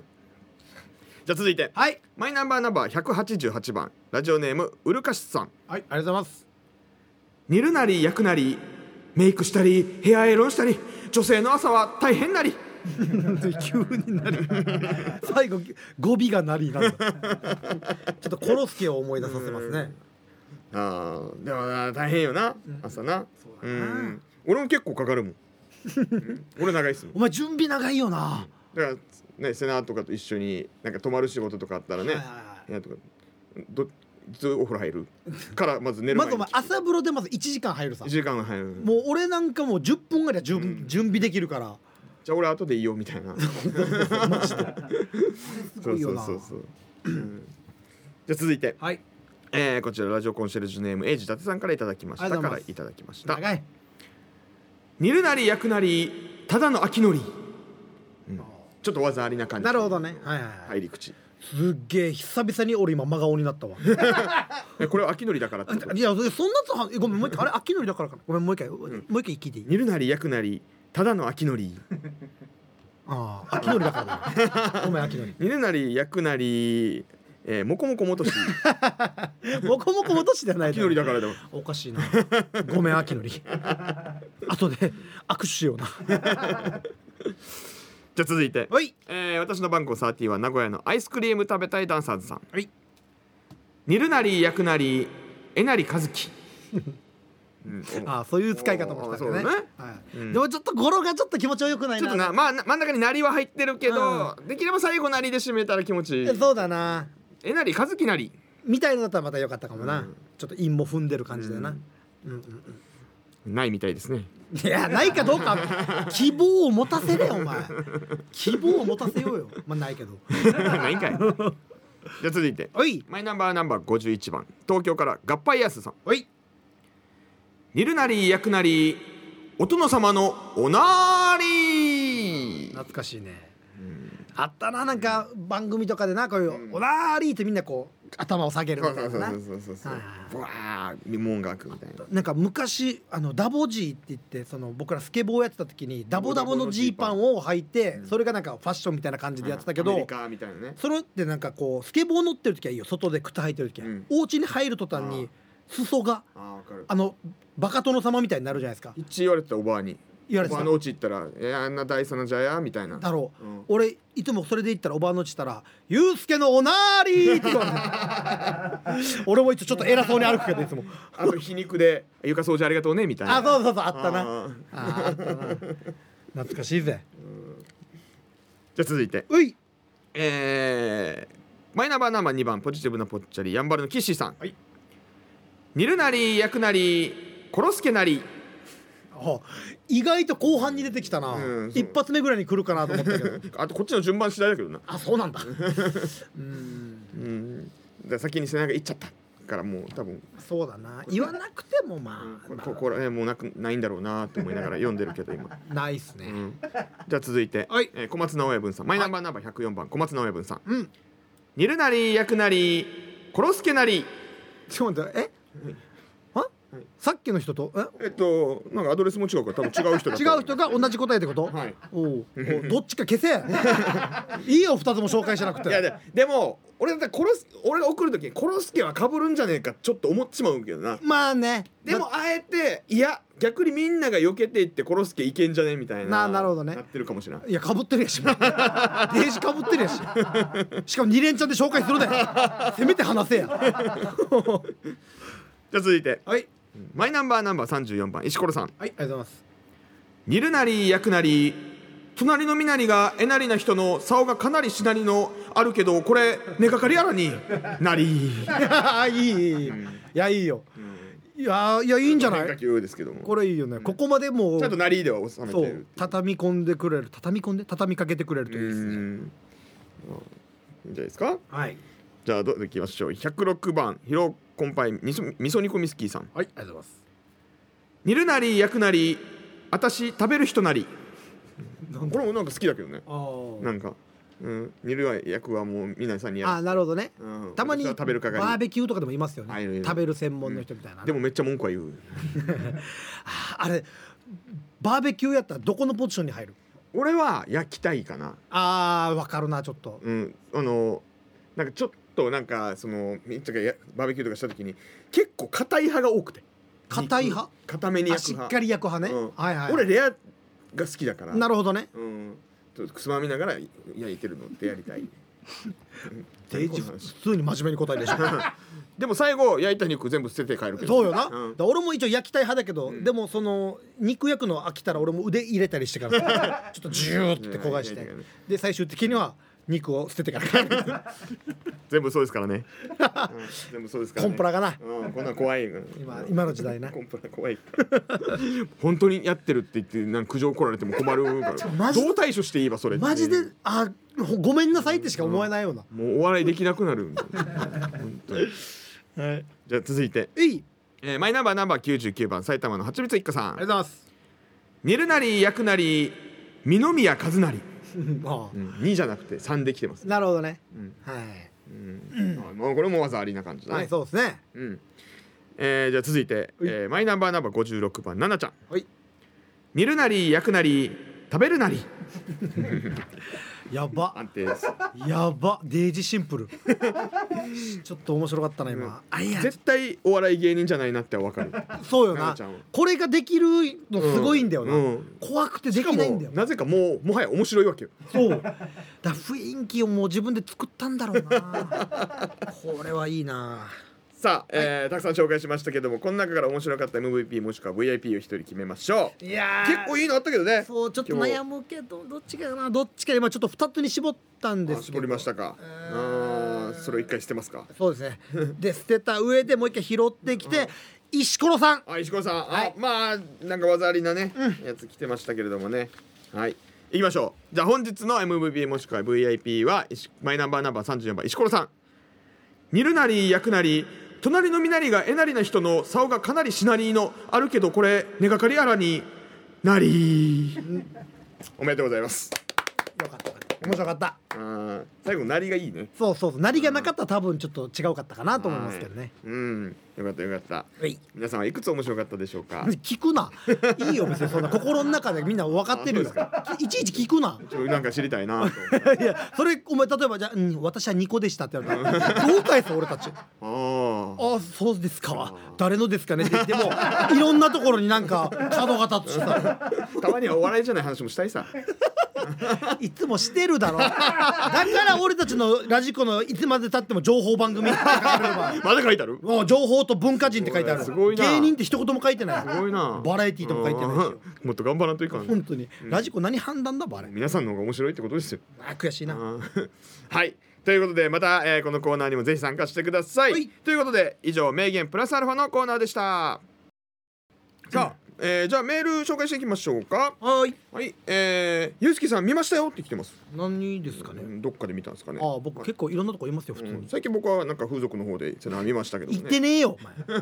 B: じゃあ続いて
A: はい
B: マイナンバーナンバー188番ラジオネームうるかしさん
A: はいありがとうございます
B: 煮るなり焼くなりメイクしたりヘアエロンしたり女性の朝は大変なり
A: 急になる最後語尾がなりなんだちょっとコロスケを思い出させますね
B: ああでもな大変よな朝な
A: そうだな
B: うん俺も結構かかるもんうん俺長いっすもん
A: お前準備長いよな
B: だからねセナとかと一緒になんか泊まる仕事とかあったらね
A: はいはいはい
B: 部屋とかどいつお風呂入るからまず寝る
A: ま
B: 前
A: ずお
B: に
A: 前朝風呂でまず1時間入るさ
B: 1時間入る
A: もう俺なんかもう10分ぐらい準,、準備できるから
B: じゃあ俺後でいいよみたい な
A: すご
B: そう
A: い
B: そ
A: よ
B: う
A: な
B: そうそううんじゃあ続いて
A: はい
B: えー、こちらラジオコンシェルジュネームエイジ伊達さんからいただきました
A: ありがと
B: か
A: うござ
B: ら
A: い
B: い
A: ます
B: ただきました
A: 長い
B: 煮るなり焼くなりただの秋のり、うんちょっと技ありな感じ
A: なるほどねはいはいはい、
B: 入り口
A: すっげえ久々に俺今真顔になった わ
B: えこれは秋のりだからってこと
A: いやそんなつはごめんもう一回あれ秋のりだからかなごめんもう一回、もう一回聞いていい
B: 煮るなり焼くなりただの秋のり
A: ああ秋のりだからだなごめん秋のり
B: 煮るなり焼くなりえー、もこもこもとし
A: もこもこ落としじゃない
B: 秋のりだからでも
A: おかしいなごめん 秋のり後で握手しような
B: じゃあ続いて、
A: はい
B: えー、私の番号30は名古屋のアイスクリーム食べたいダンサーズさん
A: はい
B: 煮るなり焼くなりえなりかずきうん
A: ああそういう使い方もしたんだ
B: そうだね
A: はい
B: うん
A: でもちょっと語呂がちょっと気持ちよくない
B: ちょっ
A: な
B: とな、まあ、な真ん中になりは入ってるけど、できれば最後なりで締めたら気持ちいい
A: えそうだな
B: えなりかずきなり
A: みたいのだったらまた良かったかもな、
B: うん
A: ちょっと韻も踏んでる感じだよな、
B: う
A: うんんうん
B: ないみたいですね
A: うんいやないかどうか希望を持たせれよお前希望を持たせようよまあないけど
B: ないんかいじゃあ続いて
A: おい
B: マイナンバーナンバー51番東京から合敗やすさん
A: おい
B: 煮るなり焼くなりお殿様のおなーり
A: 懐かしいね、あったななんか番組とかでなこういう「おなーり」ってみんなこう頭を下げるみたいなな
B: そうそう
A: はい
B: ブワー門が開くみたいな
A: なんか昔あのダボジーって言ってその僕らスケボーやってた時にダボダボのジーパンを履いてそれがなんかファッションみたいな感じでやってたけ
B: アメリ
A: ど
B: カみたいなね
A: それってなんかこうスケボー乗ってる時はいいよ外で靴履いてる時は、
B: うん
A: お家に入る途端に裾が
B: あーわかる
A: あのバカ殿様みたいになるじゃないですか
B: 一言われてたおばあに
A: 言われて
B: お
A: た
B: ばあのうち行ったら「えあんな大差のじゃや」みたいな
A: だろう、
B: うん
A: 俺いつもそれで言ったらおばあのうちしたら「ゆうすけのおなーり!」って言 われて俺もいつちょっと偉そうに歩くけどいつも
B: あと皮肉で「床掃除ありがとうね」みたいな
A: あそうそうそうあったな
B: あー
A: あーあったな懐かしいぜ
B: じゃあ続いて
A: うい
B: えーマイナンバーナンバー2番ポジティブなぽっちゃりやんばるのキッシーさん、
A: はい
B: 煮るなり焼くなり殺すけなり
A: あ意外と後半に出てきたな、
B: うんそう
A: 一発目ぐらいに来るかなと思ったけど
B: あとこっちの順番次第だけどな
A: あそうなんだうん
B: うんだから先に背中いっちゃったからもう多分
A: そうだな言わなくてもまあ、
B: こここら辺もうなくないんだろうなと思いながら読んでるけど今、
A: ないっす
B: う
A: ね
B: んじゃあ続いて、
A: はい
B: えー小松直哉文さんマイナンバーナンバー104番小松直哉文さん
A: うん、
B: 煮るなり焼くなり殺すけなり
A: ちょっと待ってえあさっきの人とえ
B: えっとなんかアドレスも違うから多分 違う人だと
A: 違
B: 思
A: う人が同じ答えってこと、
B: はい
A: おうおうどっちか消せ いいよ二つも紹介しなくて
B: いやででも俺だって殺す俺が送る時に殺すけは被るんじゃねえかちょっと思っちまうけどな
A: まあね
B: でもあえていや逆にみんなが避けていって殺すけいけんじゃねみたいな
A: ななるほどね
B: なってるかもしれない
A: いやかぶってるやしデージかぶってるやし しかも二連チャンで紹介するだよせめて話せや
B: じゃあ続いて
A: はい
B: マイナンバーナンバー34番石ころさん
A: はいありがとうございます
B: 煮るなり焼くなり隣の身なりがえなりな人の竿がかなりしなりのあるけどこれ根かかりやらになり
A: いやいいいいいいいやいいよ、いやいやいいんじゃな
B: 変化
A: い
B: 球ですけども
A: これいいよねここまでもう
B: ちゃんとなりでは収めて
A: そ
B: る
A: う畳み込んでくれる畳み込んで畳みかけてくれるといいです
B: う
A: ね
B: んいいんじゃないですか
A: はい
B: じゃあどういきましょう106番ヒロコンパイみそみそ煮込みスキーさん
A: はいありがとうございます
B: 煮るなり焼くなり私食べる人なりこれもなんか好きだけどね
A: あー
B: なんか、うん、煮るは焼くはもう皆さんに
A: あ
B: や
A: ーなるほどね、
B: る、うん、
A: たまに
B: 私は食べるか
A: バ
B: が
A: ーベキューとかでもいますよ
B: あいるい
A: ね
B: る
A: 食べる専門の人みたいな、
B: でもめっちゃ文句は言う
A: ああれバーベキューやったらどこのポジションに入る
B: 俺は焼きたいかな
A: あー分かるなちょっと
B: うんあのなんかちょっとなんかそのみんながやバーベキューとかした時に結構硬い派が多くて
A: 硬い派
B: 肉硬めに
A: あ
B: 焼く
A: しっ
B: 派
A: かり焼く派ね、
B: うん
A: はいはい
B: 俺レアが好きだから
A: なるほどね
B: うんちょっとつまみながら焼いてるのって やりたい
A: 定時普通に真面目に答え るでしょ
B: でも最後焼いた肉全部捨てて帰るけど
A: そうよな、
B: うん
A: だから俺も一応焼きたい派だけど、でもその肉焼くの飽きたら俺も腕入れたりしてから ちょっとジューって焦がし
B: いや
A: て
B: いやいや
A: で最終的には肉を捨ててから帰る
B: 全部そうですか らね、うん全部そうですから、
A: コ
B: ね、
A: ンプラがな
B: うん、こんなん怖い
A: 今今の時代な
B: コンプラ怖いから本当にやってるって言ってなんか苦情来られても困るから
A: マジ
B: どう対処していいわそれって
A: マジであほごめんなさいってしか思えないような、
B: もうお笑いできなくなるみたいな本当に
A: はい
B: じゃあ続いて、
A: えい
B: えーマイナンバーナンバー99番埼玉のはちみつ一家さ
A: ありがとうご
B: ん
A: ざいます
B: 煮るなり焼くなり二宮和也、
A: うんあ
B: うん、2じゃなくて3できてます
A: あなるほどね、
B: ん
A: はい
B: うんあもうこれもわざありな感じだね、
A: はい、そうですね。
B: うんえーじゃあ続いて、
A: はい
B: えーマイナンバーナンバー56番ななちゃん
A: はい。
B: 煮るなり焼くなり食べるなり
A: やば
B: 安定です
A: やばデイジシンプル ちょっと面白かったな今、あいや
B: 絶対お笑い芸人じゃないなってわかる
A: そうよ
B: な
A: な
B: なちゃんは
A: これができるのすごいんだよな、
B: うんうん
A: 怖くてで
B: しか
A: きないん
B: も
A: だよ
B: なぜかもうもはや面白いわけよ
A: そう だから雰囲気をもう自分で作ったんだろうなこれはいいな
B: さあ、えーたくさん紹介しましたけどもこの中から面白かった MVP もしくは VIP を一人決めましょう
A: いや
B: 結構いいのあったけどね
A: そうちょっと
B: 今日
A: 悩むけどどっちかなどっちか今ちょっと2つに絞ったんです
B: あ
A: けど
B: 絞りましたか
A: えー
B: あーそれを一回捨てますか
A: そうですねで捨てた上でもう一回拾ってきて、石ころさん
B: あ石川さん、
A: はい
B: あまあなんか技ありなね、やつ来てましたけれどもねはい行きましょうじゃあ本日の MVP もしくは VIP は石マイナンバーナンバー34番石ころさん煮るなり焼くなり隣の身なりがえなりな人の竿がかなりしなりのあるけどこれ根がかりあらにな りおめでとうございます
A: よかった面白かった
B: あー最後なりがいいね
A: そうそうそうなりがなかったら多分ちょっと違うかったかなと思いますけどね、
B: はいうんよかったよかった
A: はい
B: 皆さんはいくつ面白かったでしょ うか
A: 聞くないいよ別にそんな心の中でみんな分かってるよいちいち聞くな
B: ちょなんか知りたいなと思って
A: いやそれお前例えばじゃあ、うん「私は2個でした」って言われたらどう返す俺たち「
B: ああ
A: ああそうですか誰のですかね」って言ってもいろんなところになんか角が立つしさ
B: たまにはお笑いじゃない話もしたいさ
A: いつもしてるだろだから俺たちのラジコのいつまでたっても情報番組って書かれれば
B: まだ書いてある
A: もう情報と文化人って書いてある
B: すごいな
A: 芸人って一言も書いてない
B: すごいな
A: バラエティーとも書いてないしよ
B: うんもっと頑張らんといかん
A: 本当にラジコ何判断だばあれ
B: 皆さんの方が面白いってことですよ
A: あ悔しいな
B: うんはいということでまた、えーこのコーナーにもぜひ参加してください、
A: はい
B: ということで以上名言プラスアルファのコーナーでしたさあ、えーじゃあメール紹介していきましょうか
A: はい
B: はいえー、ゆうすけさん見ましたよって来てます、
A: 何ですかね
B: うんどっかで見たんですかね
A: ああ僕結構いろんなとこいますよ普
B: う
A: 通
B: ん
A: に
B: 最近僕はなんか風俗の方で背中見ましたけども
A: 行っ
B: ね
A: てねえよお前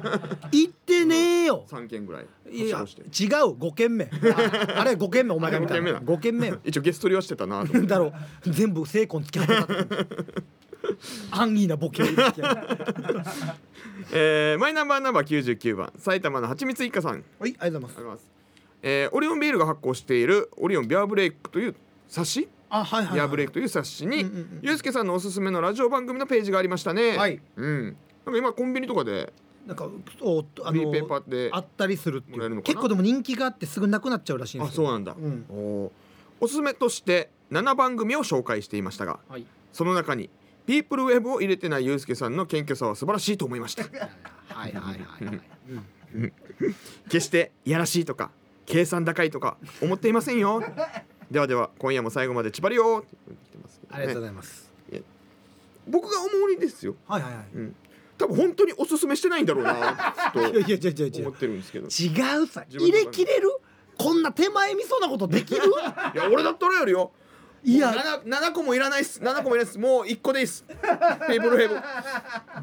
A: 行ってねえよ
B: 3件ぐらい
A: いや違
B: は
A: う
B: しごして
A: 5軒目ああれ5軒目お前が見た
B: 五軒目だ
A: 5軒目よ
B: 一応ゲストりはしてたなと思って
A: だろう全部精魂突き放され た安易なボケを言ってはい
B: えーマイナンバーナンバー99番埼玉のはちみつ一家さんありが
A: ありがとうございま
B: とう
A: す
B: ございます、えーオリオンビールが発行しているオリオンビアブレイクという冊子
A: あはいはい
B: ビアブレイ
A: ク
B: クという冊子
A: う
B: に
A: んうんうん
B: ゆうすけさんのおすすめのラジオ番組のページがありましたね
A: はい
B: うんなんか今コンビニとかで
A: なんかおあ
B: フリーペーパ
A: の
B: ーで
A: あ
B: あ
A: ったりするって
B: もら
A: い
B: える
A: う
B: のかな
A: 結構でも人気があってすぐなくなっちゃうらしいんです
B: そう
A: う
B: なんだ、
A: うん
B: おーおすすめとして7番組を紹介していましたが
A: はい
B: その中にピープルウェブを入れてないゆうすけさんの謙虚さは素晴らしいと思いました
A: はいはいはいはいうん
B: 決していやらしいとか計算高いとか思っていませんよではでは今夜も最後までちばりよ
A: ありがとうご
B: ざいます
A: ざいます
B: 僕が思うにですよ、
A: はいはいはい
B: うん、多分本当におすすめしてないんだろうなと
A: いやいやいやいやいや
B: 思ってるんですけどい
A: 違うさ
B: 自分
A: 入
B: の中で
A: れきれるこんな手前味噌なことできる
B: や俺だったらやるよ
A: いや
B: 7, 7個もいらないっす7個もいらないっすもう1個でいいっすペーブルヘブ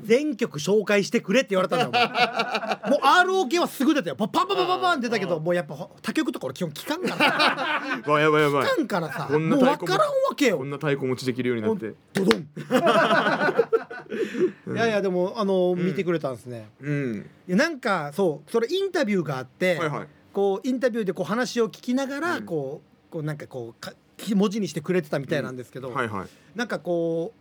A: 全曲紹介してくれって言われたんだもんもう ROK はすぐ出たよパパパパパパン出たけどもうやっぱほ他局とか俺基本聞かんから
B: わやばいやばい
A: 聞かんからさ
B: こ
A: も
B: んな
A: う
B: 太
A: 分
B: 鼓
A: からんわけ
B: こ
A: よ
B: んな太鼓持ちできるようになって
A: ドドン いやいやでもあの見てくれたんですね、
B: うん
A: いやなんかそうそれインタビューがあって、
B: はいはい
A: こうインタビューでこう話を聞きながら、
B: うん
A: こうこうなんかこうか文字にしてくれてたみたいなんですけど、
B: はいはい
A: なんかこ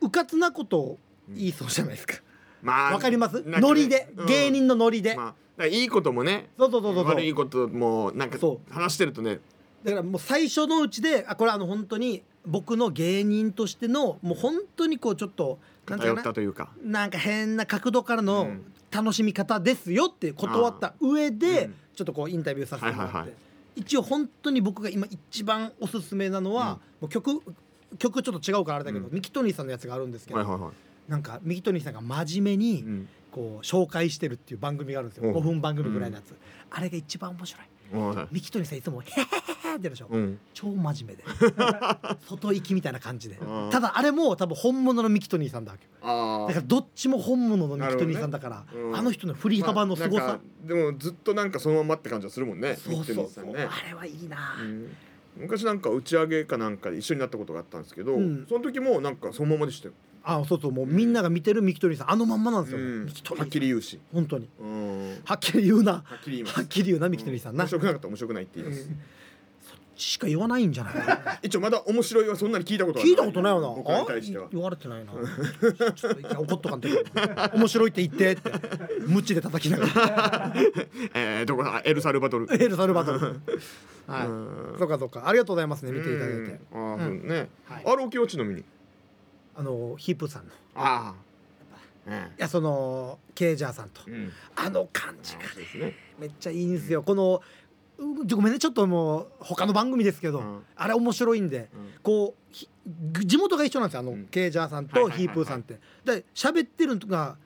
A: ううかつなことを言いそうじゃないですか。
B: ま
A: わかります
B: なんかね
A: ノリで、
B: うん
A: 芸人のノリで、
B: まあだからいいこともね
A: そうそうそうそうそう
B: 悪いこともなんか
A: そ
B: 話してるとね
A: だからもう最初のうちであこれあの本当に僕の芸人としてのもう本当にこうちょっとなんていう
B: 偏っ
A: か
B: た
A: な
B: というか
A: なんか変な角度から
B: う
A: の
B: ん
A: 楽しみ方ですよって断った上で、
B: うん
A: ちょっとこうインタビューさせてもらって、
B: はいはいはい
A: 一応本当に僕が今一番おすすめなのは、もう曲曲ちょっと違うからあれだけど、
B: うん
A: ミキトニーさんのやつがあるんですけど、
B: はいはいはい
A: なんかミキトニーさんが真面目に、
B: うん
A: こう紹介してるっていう番組があるんですよ、
B: うん
A: 5分番組ぐらいのやつ、あれが一番面白い
B: はい
A: ミキトニさんいつも「へへへへ」ってやるでしょ、
B: うん
A: 超真 面目で外行きみたいな感じで
B: うん
A: ただあれも多分本物のミキトニーさんだわけよ
B: あ
A: だ
B: あ
A: からどっちも本物のミキトニーさんだから、
B: るほどねうん
A: あの人の振り幅のすごさ、
B: まあなんかでもずっとなんかそのまんまって感じはするもんね
A: そうそうそう、
B: 三点二さんね
A: あれはいいな、
B: うん昔なんか打ち上げかなんかで一緒になったことがあったんですけど、
A: うん
B: その時もなんかそのままでしたよ、
A: あそうそうもうみんなが見てるミキトニーさんあのまんまなんですよ、
B: うん
A: ミキトニ
B: はっき
A: ー
B: り言うし、
A: 本当に
B: うん、は
A: はっきり言うな
B: っきり言います
A: はっきり言うなミキトニーさんな、
B: 面白くなかったら面白くないって言います、
A: そっしか言わないんじゃない
B: 一応まだ面白いはそんなに聞いたことは
A: 聞いたことないよな
B: 僕らに対しては
A: あ言われて ないなちょっと一回怒っとかんといけない面白いって言ってって無知で叩きなが ら
B: えー、どこだエルサルバドル
A: エルサルバトルはい
B: うん
A: そうかそうかありがとうございますね見ていただいて
B: うんあー、そうね、
A: はい
B: あるお気持ちのみに
A: あのヒープさんのい
B: ああ
A: やそのケイジャーさんと
B: うん、うん、
A: あの感じが
B: そうですね
A: めっちゃいいんですよこのうごめんねちょっともう他の番組ですけど、
B: うん
A: あれ面白いんで
B: うん
A: こうひ地元が一緒なんですよあの、
B: うん
A: ケイジャーさん
B: はい
A: と
B: はいはい
A: ヒープーさんって。で喋ってるのが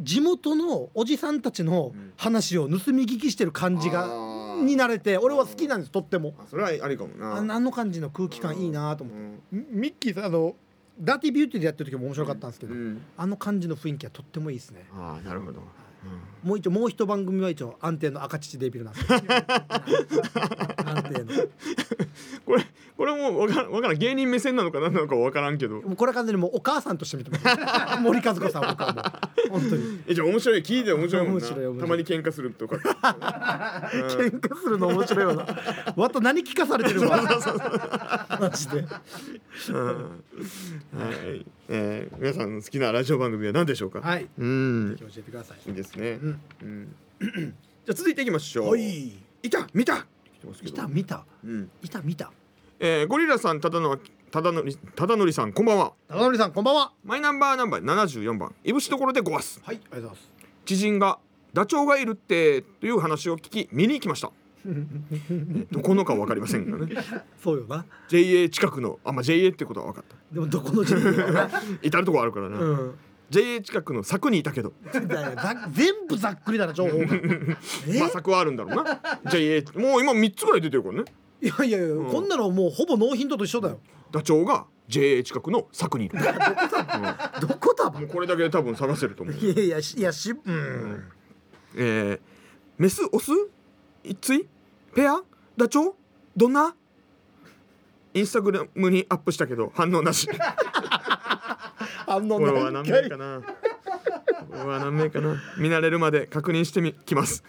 A: 地元のおじさんたちの
B: うん
A: 話を盗み聞きしてる感じが、
B: あー
A: になれて俺は好きなんですとっても。
B: あそれはありかもな
A: あのあの感じの空気感いいなと思って、ミミッキーさんあのダーティービューティーでやってる時も面白かったんですけ
B: う
A: ど、
B: ん、
A: あの感じの雰囲気はとってもいいですね。
B: ああなるほど、
A: もう一応もう一番組は一応安定の赤乳デビルなんですよ安定の。
B: うん、これこれもわからんわからん芸人目線なのか何なのかわからんけど
A: もうこれは完全にもうお母さんとして見てます 森和子さん僕はもう本当に
B: えじゃあ面白い聞いて面白いもん
A: 面
B: な
A: 白い面白い
B: たまに喧嘩するとか
A: 喧嘩するの面白いよなわと何聞かされてるのマジで
B: うんはい、えー、皆さんの好きなラジオ番組は何でしょうか、
A: はい
B: うん
A: 教えてください
B: いいですね、
A: うん
B: うん、じゃあ続いていきましょう
A: おい
B: いた見た来てますけ
A: い
B: ど
A: た見た
B: うん
A: いた見た
B: えー、ゴリラさんただのただのりただのりさんこんばんは
A: 忠則さんこんばんは
B: マイナンバーナンバー74番いぶしところでごわす
A: はいありがとうございます
B: 知人がダチョウがいるってという話を聞き見に行きました どこのかわかりませんがね
A: そうよな
B: JA 近くのあまあ JA ってことは分かった
A: でもどこの人物かな
B: 至るとこあるから な、
A: うん
B: JA 近くの柵にいたけど、
A: だよざ全部ざっくりだな情報が え
B: まあ、柵はあるんだろうな JA もう今3つぐらい出てるからね
A: いやいやいや、こんなのもうほぼノーヒントと一緒だよ
B: ダチョウが JA 近くの柵にいる
A: どこだば
B: もうこれだけで多分探せると思う
A: いやいやしいやしうん
B: えー、メスオスいついペアダチョウどんなインスタグラムにアップしたけど反応なし
A: あの
B: これは何
A: 何
B: 名
A: 回
B: かなこれは何名かな見慣れるまで確認してみきます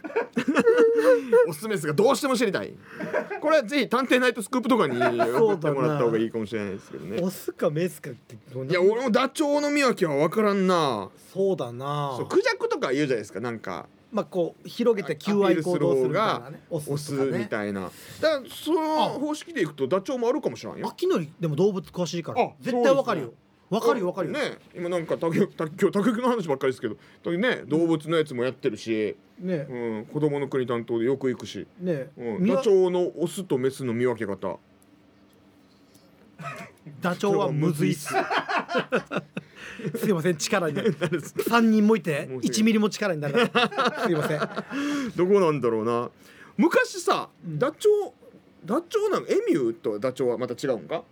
B: オスメスがどうしても知りたいこれはぜひ探偵ナイトスクープとかに送ってもらった方がいいかもしれないですけどね
A: オスかメスかって
B: いや俺もダチョウの見分けは分からんな
A: そうだな
B: そうクジャクとか言うじゃないですかなんか
A: まあこう広げて求愛行動するみたいなね
B: オ
A: オ
B: ス
A: スとか
B: み
A: ね
B: たいなだからその方式でいくとダチョウもあるかもしれんよ
A: 秋のりでも動物詳しいか
B: あ
A: ら絶対わかる
B: そう
A: よわかるよわかるよ
B: ね今なんか竹竹今日竹の話ばっかりですけど竹ね動物のやつもやってるし、
A: ね
B: うん、子供の国担当でよく行くし、
A: ね
B: うん、
A: みわ
B: ダチョウのオスとメスの見分け方
A: ダチョウはむずいっすすいません力にな る三人もいて
B: 申し訳ない
A: 一ミリも力になるすいません
B: どこなんだろうな昔さダチョウダチョウなのエミューとダチョウはまた違うんか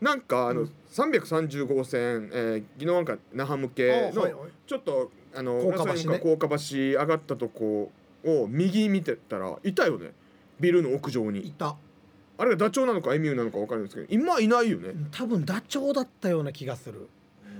B: なんかあの、330号線、えー、宜野湾か那覇向け
A: あ
B: の
A: はいはい
B: ちょっとあの
A: 高架橋ね
B: 浦添高架橋上がったとこを右見てたらいたよねビルの屋上
A: い
B: に
A: た
B: あれがダチョウなのかエミューなのか分かるんですけど今いないよね
A: 多分ダチョウだったような気がする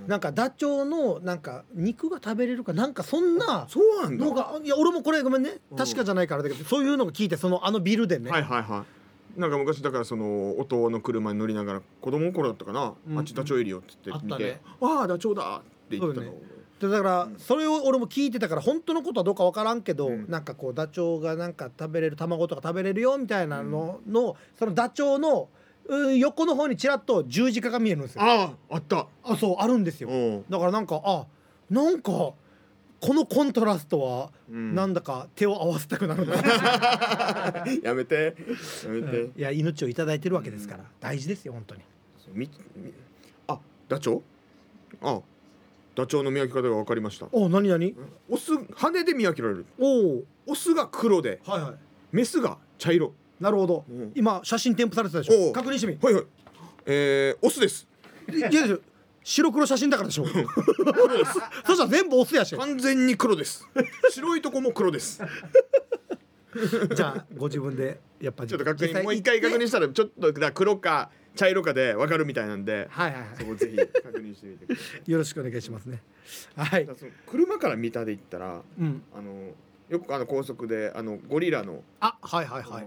A: なんかダチョウのなんか肉が食べれるかなんかそんな
B: そうなんだ
A: の
B: は
A: がいや俺もこれごめんね
B: うん
A: 確かじゃないからだけどそういうのが聞いてそのあのビルでね、
B: いはいはいなんか昔だからその音の車に乗りながら子供の頃だったかな、
A: うん
B: あっちダチョウいるよって言って見て
A: あったね
B: 「わあダチョウだ!」って言ったの
A: そう
B: を
A: よでだからそれを俺も聞いてたから本当のことはどうかわからんけど、
B: うん
A: なんかこうダチョウがなんか食べれる卵とか食べれるよみたいなのの、そのダチョウのうん横の方にちらっと十字架が見えるんですよ。
B: あああった
A: あそうあるんですよ。
B: うん
A: だからなんかあなんかこのコントラストは
B: うん
A: なんだか手を合わせたくな るな、
B: やめてやめて、
A: いや命をいただいてるわけですから大事ですよ本当に。
B: みみあダチョウあダチョウの見分け方が分かりました
A: お何何
B: オス羽で見分けられる
A: おお
B: オスが黒で
A: はいはい。
B: メスが茶色
A: なるほど、
B: うん
A: 今写真添付されてたでし
B: お
A: ょ
B: う
A: 確認してみ
B: はいはいえー、オスです
A: いやいやいや白黒写真だからで しょそしたら全部オスやし
B: 完全に黒です白いとこも黒です
A: じゃあご自分でやっぱり
B: ちょっと確
A: 実際
B: 認もう一回
A: 行っ
B: 確
A: て
B: 認したらちょっとだから黒か茶色かで分かるみたいなんで
A: はいはいは
B: そこぜひ確認してみてください
A: いよろしくお願いしますねはい
B: だからその車から見たで言ったら
A: うん
B: あのよくあの高速であのゴリラの
A: あはいはいはい
B: あのはい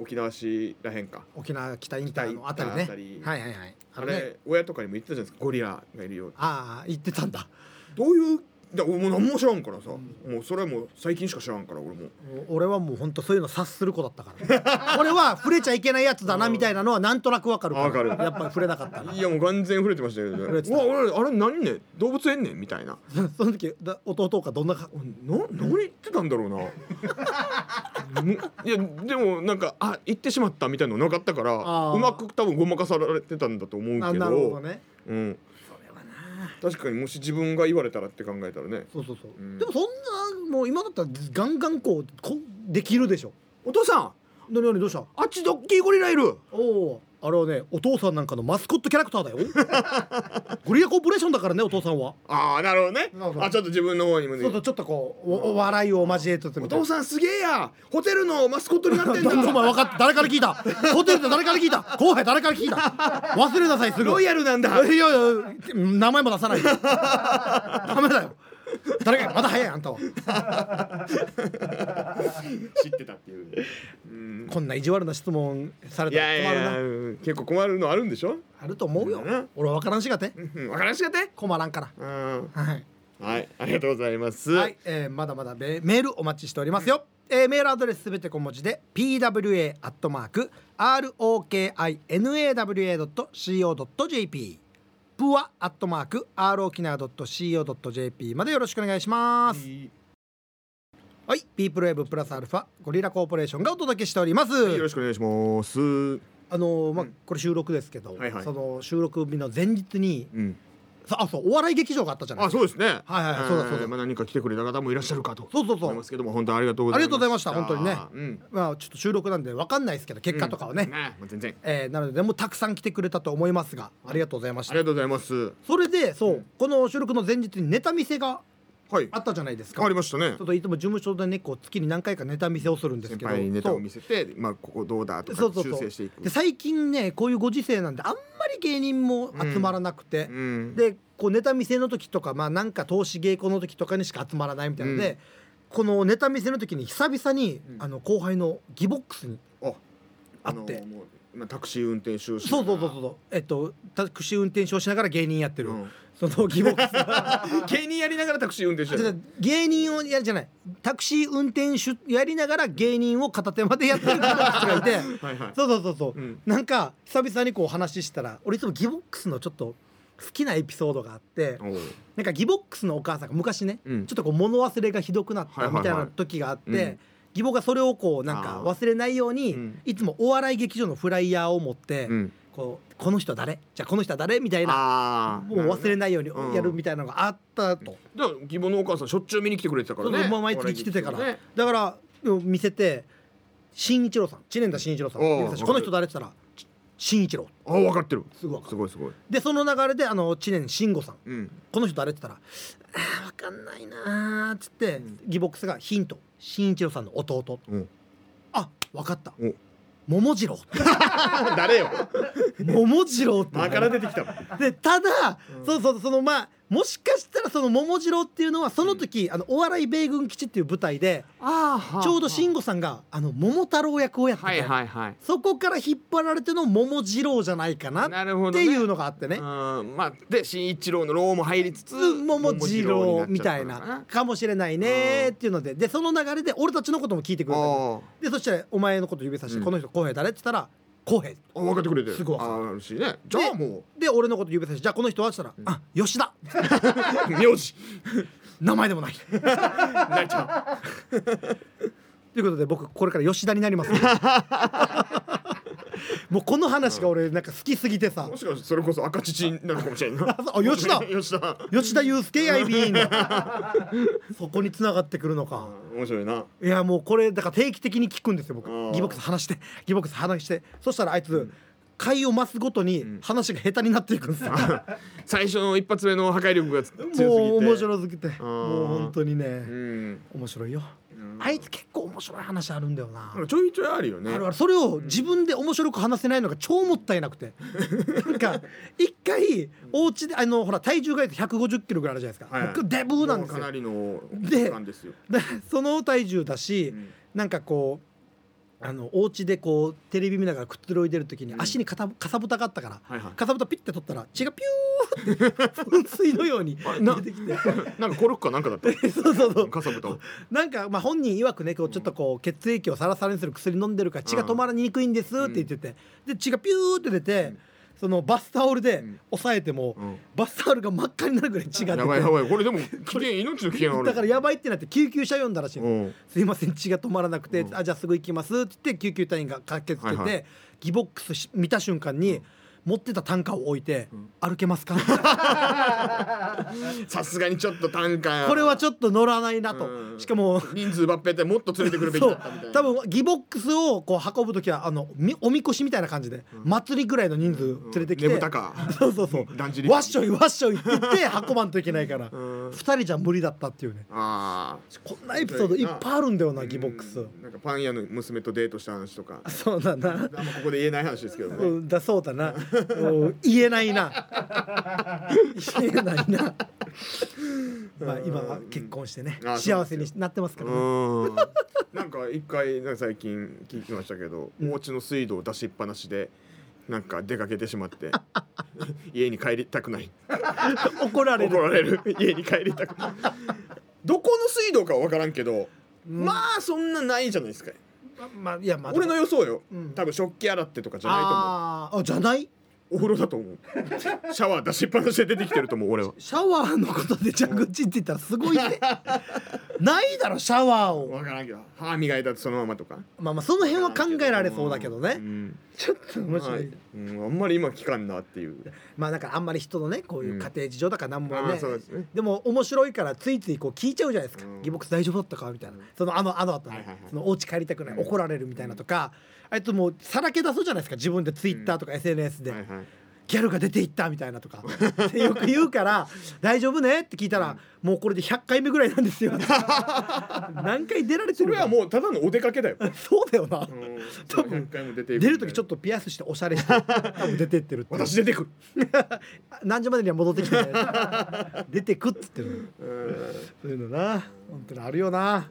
B: 沖縄市らへんか
A: 沖縄北インターのあたりね
B: 北インター
A: はいはいはいあ
B: あ
A: の
B: れ、
A: ね
B: 親とかにも言ってたじゃないですかゴリラがいるような
A: ああ言ってたんだ
B: どういうだ俺もう何も知らんからさ、もうそれはもう最近しか知らんから俺も
A: 俺はもう本当そういうの察する子だったから これは触れちゃいけないやつだなみたいなのはなんとなくわかるから
B: わかる
A: やっぱり触れなかったない
B: やもう完全に触れてましたけどね
A: 触れて
B: う
A: た
B: わ俺あれ何ね動物園ねんみたいな
A: その時だ弟がどんなか
B: な何言ってたんだろうなんいやでもなんかあ言ってしまったみたいなのなかったから
A: あー
B: うまく多分ごまかされてたんだと思うけど
A: あなるほどね
B: うん、確かにもし自分が言われたらって考えたらね
A: そうそうそう、
B: うん
A: でもそんなもう今だったらガンガンこうこできるでしょ
B: 「お父さん
A: 何何どうした
B: あっちドッキーゴリラいる!
A: おおあれはねお父さんなんかのマスコットキャラクターだよ ゴリラコーポレーションだからねお父さんは」
B: ああなるほどね
A: なるほど
B: あちょっと自分の方にもね
A: そうそうちょっとこうおお笑いを交えてって
B: お
A: みたい
B: 父
A: な
B: さんすげえやホテルのマスコットになってん
A: どんどんお
B: だ
A: 前分かった誰から聞いたホテルで誰から聞いた後輩誰から聞いた忘れなさいすぐ
B: ロイヤルなんだ
A: いやいや名前も出さないでダメだよ誰かまだ早いあんたは
B: 知ってたっていう、 うん、
A: こんな意地悪な質問され
B: い
A: たら
B: や
A: 困
B: い
A: るな
B: やうん結構困るのあるんでしょ、
A: あると思うよ、
B: うん
A: 俺分からんしがて
B: うん、分からんしがて
A: 困らんから
B: うん
A: はい
B: はいありがとうございます、
A: はい、えーまだまだメメールお待ちしておりますよ、えーメールアドレスすべて小文字で pwa.rokinawa.co.jp プワアットマーク r o k i n a c o j p までよろしくお願いします。はい、ピープルウェブプラスアルファゴリラコーポレーションがお届けしております。
B: よろしくお願いします
A: あのーまあこれ収録ですけど、
B: はいはい
A: その収録日の前日に、
B: うん
A: さあそうお笑い劇場があったじゃない
B: あ
A: ですか。
B: そうですね
A: はいはいそうだそうだ
B: えーまあ、何か来てくれた方もいらっしゃるかと
A: そうそうそう
B: 思いますけども本当ありがとうございました
A: ありがとうございました本当にね
B: うん
A: まあちょっと収録なんでわかんないですけど結果とかはね。
B: ねもう全然
A: えーなのででもたくさん来てくれたと思いますがありがとうございまし
B: あ
A: た
B: りがとうございます
A: それでそう、この収録の前日にネタ見せが
B: はい
A: あったじゃないです
B: 変
A: か
B: わりましたね
A: ちょっといつも事務所でねこう月に何回かネタ見せをするんです
B: 先
A: けど
B: 輩にネタ
A: そ
B: を
A: う
B: 見せてまあここどうだと
A: そうそ
B: か
A: う
B: 修
A: そう
B: 正していく
A: で最近ねこういうご時世なんであんまり芸人も集まらなくて、
B: うん
A: でこうネタ見せの時とかまあなんか投資稽古の時とかにしか集まらないみたいなので、このネタ見せの時に久々に、
B: うん
A: あの後輩のギボックスに
B: あ
A: あって
B: のもう今タクシー運転手そう
A: そうそうそうそうそうえっとタクシー運転手をしながら芸人やってる、
B: うん
A: そのギボックス
B: 芸人やりながらタクシー運転して
A: じゃあ
B: る
A: 芸人をやるじゃないタクシー運転手やりながら芸人を片手までやってる人がいて
B: はいはい
A: そうそうそうそう、
B: うん
A: なんか久々にこう話したら俺いつもギボックスのちょっと好きなエピソードがあって
B: おう
A: なんかギボックスのお母さんが昔ね、
B: うん
A: ちょっとこう物忘れがひどくなっ
B: はい
A: た
B: はいはい
A: みたいな時があって、
B: うん
A: 義母がそれをこうなんか
B: あー
A: 忘れないように、
B: うん
A: いつもお笑い劇場のフライヤーを持って、
B: うん
A: こうこの人誰じゃあこの人は誰みたいな
B: ああ
A: もう忘れ
B: な
A: ないように
B: うん
A: やるみたいなのがあったと。
B: だから義母のお母さんしょっちゅう見に来てくれてたか
A: そ
B: ら
A: う
B: ね
A: そうまあ毎月来ててから、
B: ね
A: だからでも見せて新一郎さん知念田新一郎さん
B: おう
A: 見せたしこの人誰って言ったらち新一郎
B: あ分かってる
A: すぐ分か
B: す
A: る
B: ごいすごい
A: でその流れであの知念慎吾さん
B: うん
A: この人誰って言ったら「あー分かんないな」っつって、
B: ん
A: ギボックスがヒント新一郎さんの弟
B: うん
A: あ分かった
B: お
A: 桃次郎
B: 誰よ
A: 桃次郎って
B: 間から出てきたもん
A: でただ、そうそうそのまあもしかしたらその桃次郎っていうのはその時、あのお笑い米軍基地っていう舞台で
B: あ
A: ちょうど慎吾さんがあの桃太郎役をやってて、
B: はいはいはい
A: そこから引っ張られての桃次郎じゃないかな
B: なるほ
A: っ
B: ど
A: て
B: ね
A: いうのがあってね
B: うんまあで新一郎の郎も入りつつ
A: 桃次郎みたい
B: 桃次郎にっちゃったのか
A: なかもしれないねっていうのででその流れで俺たちのことも聞いてくれたの
B: あ
A: でそしたらお前のこと指さして「
B: うん
A: この人浩平誰?」って言ったら「浩平
B: あ分かってくれてる
A: すぐ分かる
B: あーあるしねじゃあも」
A: で俺のこと指さして「じゃあこの人は?」って言ったら「あ吉田
B: う名字
A: 名前でもない」
B: なっちゃう
A: ということで僕これから吉田になり ますもうこの話が俺なんか好きすぎてさ
B: もしかしてそれこそ赤父になるかもしれん ない
A: あ吉田
B: 吉田
A: 吉田祐介 IB がそこに繋がってくるのか。
B: 面白いない
A: やもうこれだから定期的に聞くんですよ僕
B: うん
A: ギボックス話してギボックス話してそしたらあいつ回を増すごとに話が下手になっていくんですよ、
B: 最初の一発目の破壊 力が強すぎて
A: もう面白すぎて
B: ん
A: もう本当に
B: う
A: ね
B: ん
A: 面白いよあいつ結構面白い話あるんだよな
B: ちょいちょいあるよね
A: あるあるそれを自分で面白く話せないのが超もったいなくてなんか一回お家であのほら体重が150キロぐらいあるじゃないですか、
B: はいはい
A: 僕デブーなんです
B: もうか
A: よ
B: なりの
A: で
B: 感ですよ
A: でその体重だし、
B: うん
A: なんかこあのお家でこうテレビ見ながらくつろいでる時に足にかたかさぶたがあったから、
B: はいはい
A: かさぶたピッて取ったら血がピューって 噴水のように
B: な
A: 出てきて
B: なんかコルクかなんかだった
A: そうそうそう
B: かさぶたを
A: なんかまあ本人曰くねこうちょっとこう血液をサラサラにする薬飲んでるから血が止まらにくいんですって言ってて、で血がピューって出て、
B: うん
A: そのバスタオルで
B: うん
A: 押さえても、
B: うん
A: バスタオルが真っ赤になるぐらい血が
B: や
A: 出
B: ばいや
A: て
B: ばいこれ でも危険命の危険ある
A: だからや
B: ば
A: ばいってなって救急車呼んだらしいの
B: うん
A: すいません血が止まらなくて、
B: うん
A: あじゃあすぐ行きますって言って救急隊員が駆けつけて、
B: はいはい
A: ギボックスし見た瞬間に、
B: うん
A: 持ってた単価を置いて、
B: ん
A: 歩けますか
B: さすがにちょっと単価
A: これはちょっと乗らないなと、
B: うん
A: しかも
B: 人数ばっぺってもっと連れてくるべき
A: そ
B: だ
A: う
B: ったみたいな
A: 多分ギボックスをこう運ぶ時はあのみおみこしみたいな感じで、祭りぐらいの人数連れてきて、
B: ねぶたか
A: そうそうそう
B: だんじり
A: わっしょいわっしょいって言って運ばんといけないから
B: うん
A: 2人じゃ無理だったっていうね
B: あ
A: こんなエピソードいっぱいあるんだよなギボックス
B: ーなんかパン屋の娘とデートした話とか
A: そうだな
B: あんまここで言えない話ですけど
A: う
B: ね
A: んだそうだなうん言えないな言えないなまあ今は結婚してね
B: あそうですよ
A: 幸せになってますから
B: う
A: ね
B: んなんか一回なんか最近聞きましたけど、お家の水道を出しっぱなしでなんか出かけてしまって 家に帰りたくない
A: 怒られ
B: 怒
A: る
B: られる家に帰りたくない どこの水道かは分からんけど、まあそんなないじゃないですか
A: まあいやまあ
B: 俺の予想よ、
A: うん
B: 多分食器洗ってとかじゃないと思う
A: あーあじゃない
B: お風呂だと思うシャワー出しっぱなしで出てきてると思う俺は
A: シャワーのことで蛇口って言ったらすごい ねないだろシャワーを
B: 分からんけど歯磨いたってそのままとか
A: まあまあその辺は考えられそうだけどね、
B: うん
A: ちょっと面白い、
B: はいうん、あんまり今聞かんなっていう
A: まあだからあんまり人のねこういう家庭事情だからなんも
B: あ
A: ね、
B: ーそうですね
A: でも面白いからついついこう聞いちゃうじゃないですか「
B: うん
A: ギボックス大丈夫だったか?」みたいなそのあのあのあったね、
B: はいはいはい
A: そのお家帰りたくない、
B: うん
A: 怒られるみたいなとか、あいつもうさらけ出そうじゃないですか自分でツイッターとか SNS で、
B: はいはい
A: ギャルが出ていったみたいなとかってよく言うから「大丈夫ね?」って聞いたら、もうこれで100回目ぐらいなん ですよ」何回出られて
B: そ
A: る
B: れはもうただのお出かけだよ。
A: うそうだよな、多分
B: 100回も出ていく
A: 出る時ちょっとピアスしておしゃれして多分出てってるっていう
B: 私出てくる。
A: 何時までには戻ってきて ね出てくっつってるそういうのな本当にあるよな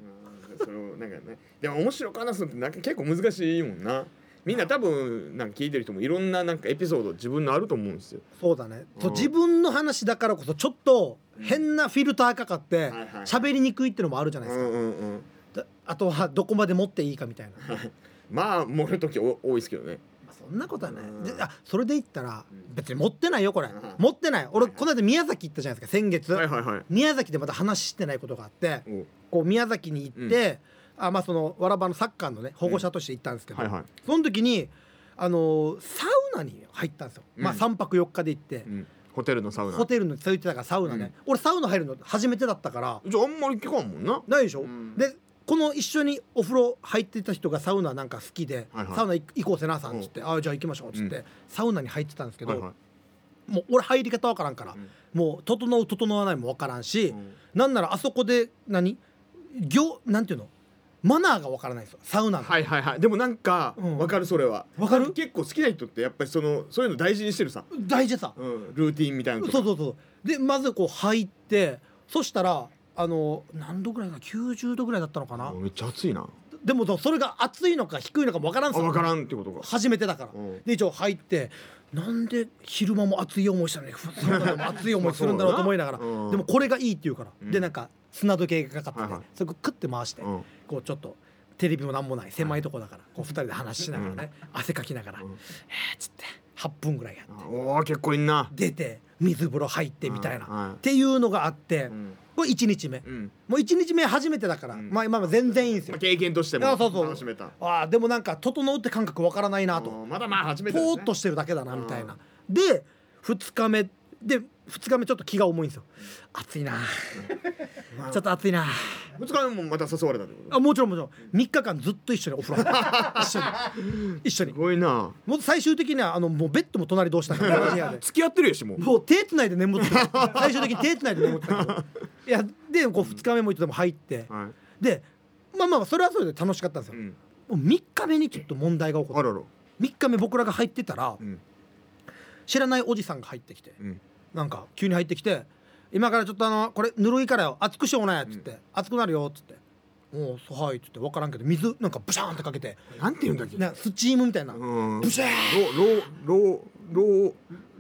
B: それをなんかね、でも面白く話すのってなんか結構難しいもんな。みんな多分なんか聞いてる人もいろんななんかエピソード自分のあると思うんですよ。
A: そうだね、そう
B: うん
A: 自分の話だからこそちょっと変なフィルターかかって
B: はいはい
A: 喋りにくいってのもあるじゃ
B: う
A: ない
B: ん
A: ですか、
B: うんうん。
A: だあとはどこまで持っていいかみたいな
B: まあ盛る時お多いですけどね。
A: そんなことはね
B: うん
A: であそれで言ったら
B: うん
A: 別に持ってないよこれ
B: うん
A: 持ってない
B: はい
A: 俺
B: はい
A: この間宮崎行ったじゃないですか先月、
B: はいはいはい。
A: 宮崎でまた話してないことがあって
B: お
A: こう宮崎に行って、あまあそのわらばのサッカーのね保護者として行ったんですけど、
B: はいはい。
A: その時にあのーサウナに入ったんですよ、まあ
B: うん
A: 3泊4日で行って
B: う、んホテルのサウナ
A: ホ。テルのついてたからサウナね、俺サウナ入るの初めてだったから
B: じゃああんまり聞かんもんな。
A: ないでしょ、
B: うん
A: でこの一緒にお風呂入ってた人がサウナなんか好きで、
B: はいはい
A: サウナ行行こうせなさんっつって、ああじゃあ行きましょうっつって、
B: う
A: サウナに入ってたんですけど、
B: はいはい
A: もう俺入り方わからんから、
B: うん
A: もう整う整わないもわからんし、
B: うん
A: なんならあそこで何行なんていうのマナーがわからないんですよサウナの、
B: はいはいはい。でもなんか
A: うん
B: わかるそれは。
A: わかる
B: 結構好きな人ってやっぱりそのそういうの大事にしてるさ。
A: 大事さ、
B: うんルーティンみたいなのとか
A: そうそうそうでまずこう入ってそしたらあの何度ぐらいか90度ぐらいだったのかな、
B: めっちゃ暑いな
A: でもそれが暑いのか低いのかもわからんす
B: あ
A: よ
B: 分からんってことか
A: 初めてだから、
B: うん
A: で一応入ってなんで昼間も暑い思いしたのにふサウナでも暑い思いするんだろうと思いながら、
B: まあそうだなうん
A: でもこれがいいって言うから、
B: うん
A: でなんか砂時計がかかってて、
B: はいはい
A: そこクッて回して、
B: うん
A: こうちょっとテレビもなんもない狭いとこだから、こう二人で話しながらね、汗かきながら、
B: う
A: え
B: ん
A: ーっつって8分ぐらいやって
B: あおお結構いんな
A: 出て水風呂入ってみたいな、
B: はい
A: っ
B: はい
A: ていうのがあって、
B: うん
A: これ1日目、
B: うん
A: もう1日目初めてだから、
B: うん
A: まあ今は全然いいんです
B: ま
A: よ
B: あ、経験としても
A: あそうそう
B: 楽しめた
A: ああでもなんか整うって感覚わからないなと、
B: うんまだまあ初めて
A: ポ
B: だね
A: ーっとしてるだけだなみたいな、で2日目で2日目ちょっと気が重いんですよ暑い な
B: まあ
A: ちょっと暑いな
B: 二日目もまた誘われたってこと
A: あもちろんもちろん3日間ずっと一緒にお風呂入 って一緒に一緒に
B: すごいな
A: もう最終的にはあのもうベッドも隣同士だから 同じ部屋で
B: 付き合ってるやしもう
A: もう手つないで眠 ってた最終的に手つないで眠ってたけどいやでこう2日目もいつでも入って、
B: はい
A: でまあまあそれはそれで楽しかったんです
B: う
A: よ、
B: ん
A: もう3日目にちょっと問題が起こ
B: あ
A: っ
B: らら
A: て3日目僕らが入ってたら
B: うん
A: 知らないおじさんが入ってきて
B: うん
A: なんか急に入ってきて「今からちょっとあのこれぬるいからよ熱くしようね」っつって「熱くなるよ」っつって「おうそうはい」っつって分からんけど水なんかブシャーンってかけて
B: なんて言うんだっけ
A: なスチームみたいな、
B: うん
A: ブシャー
B: ロロロロ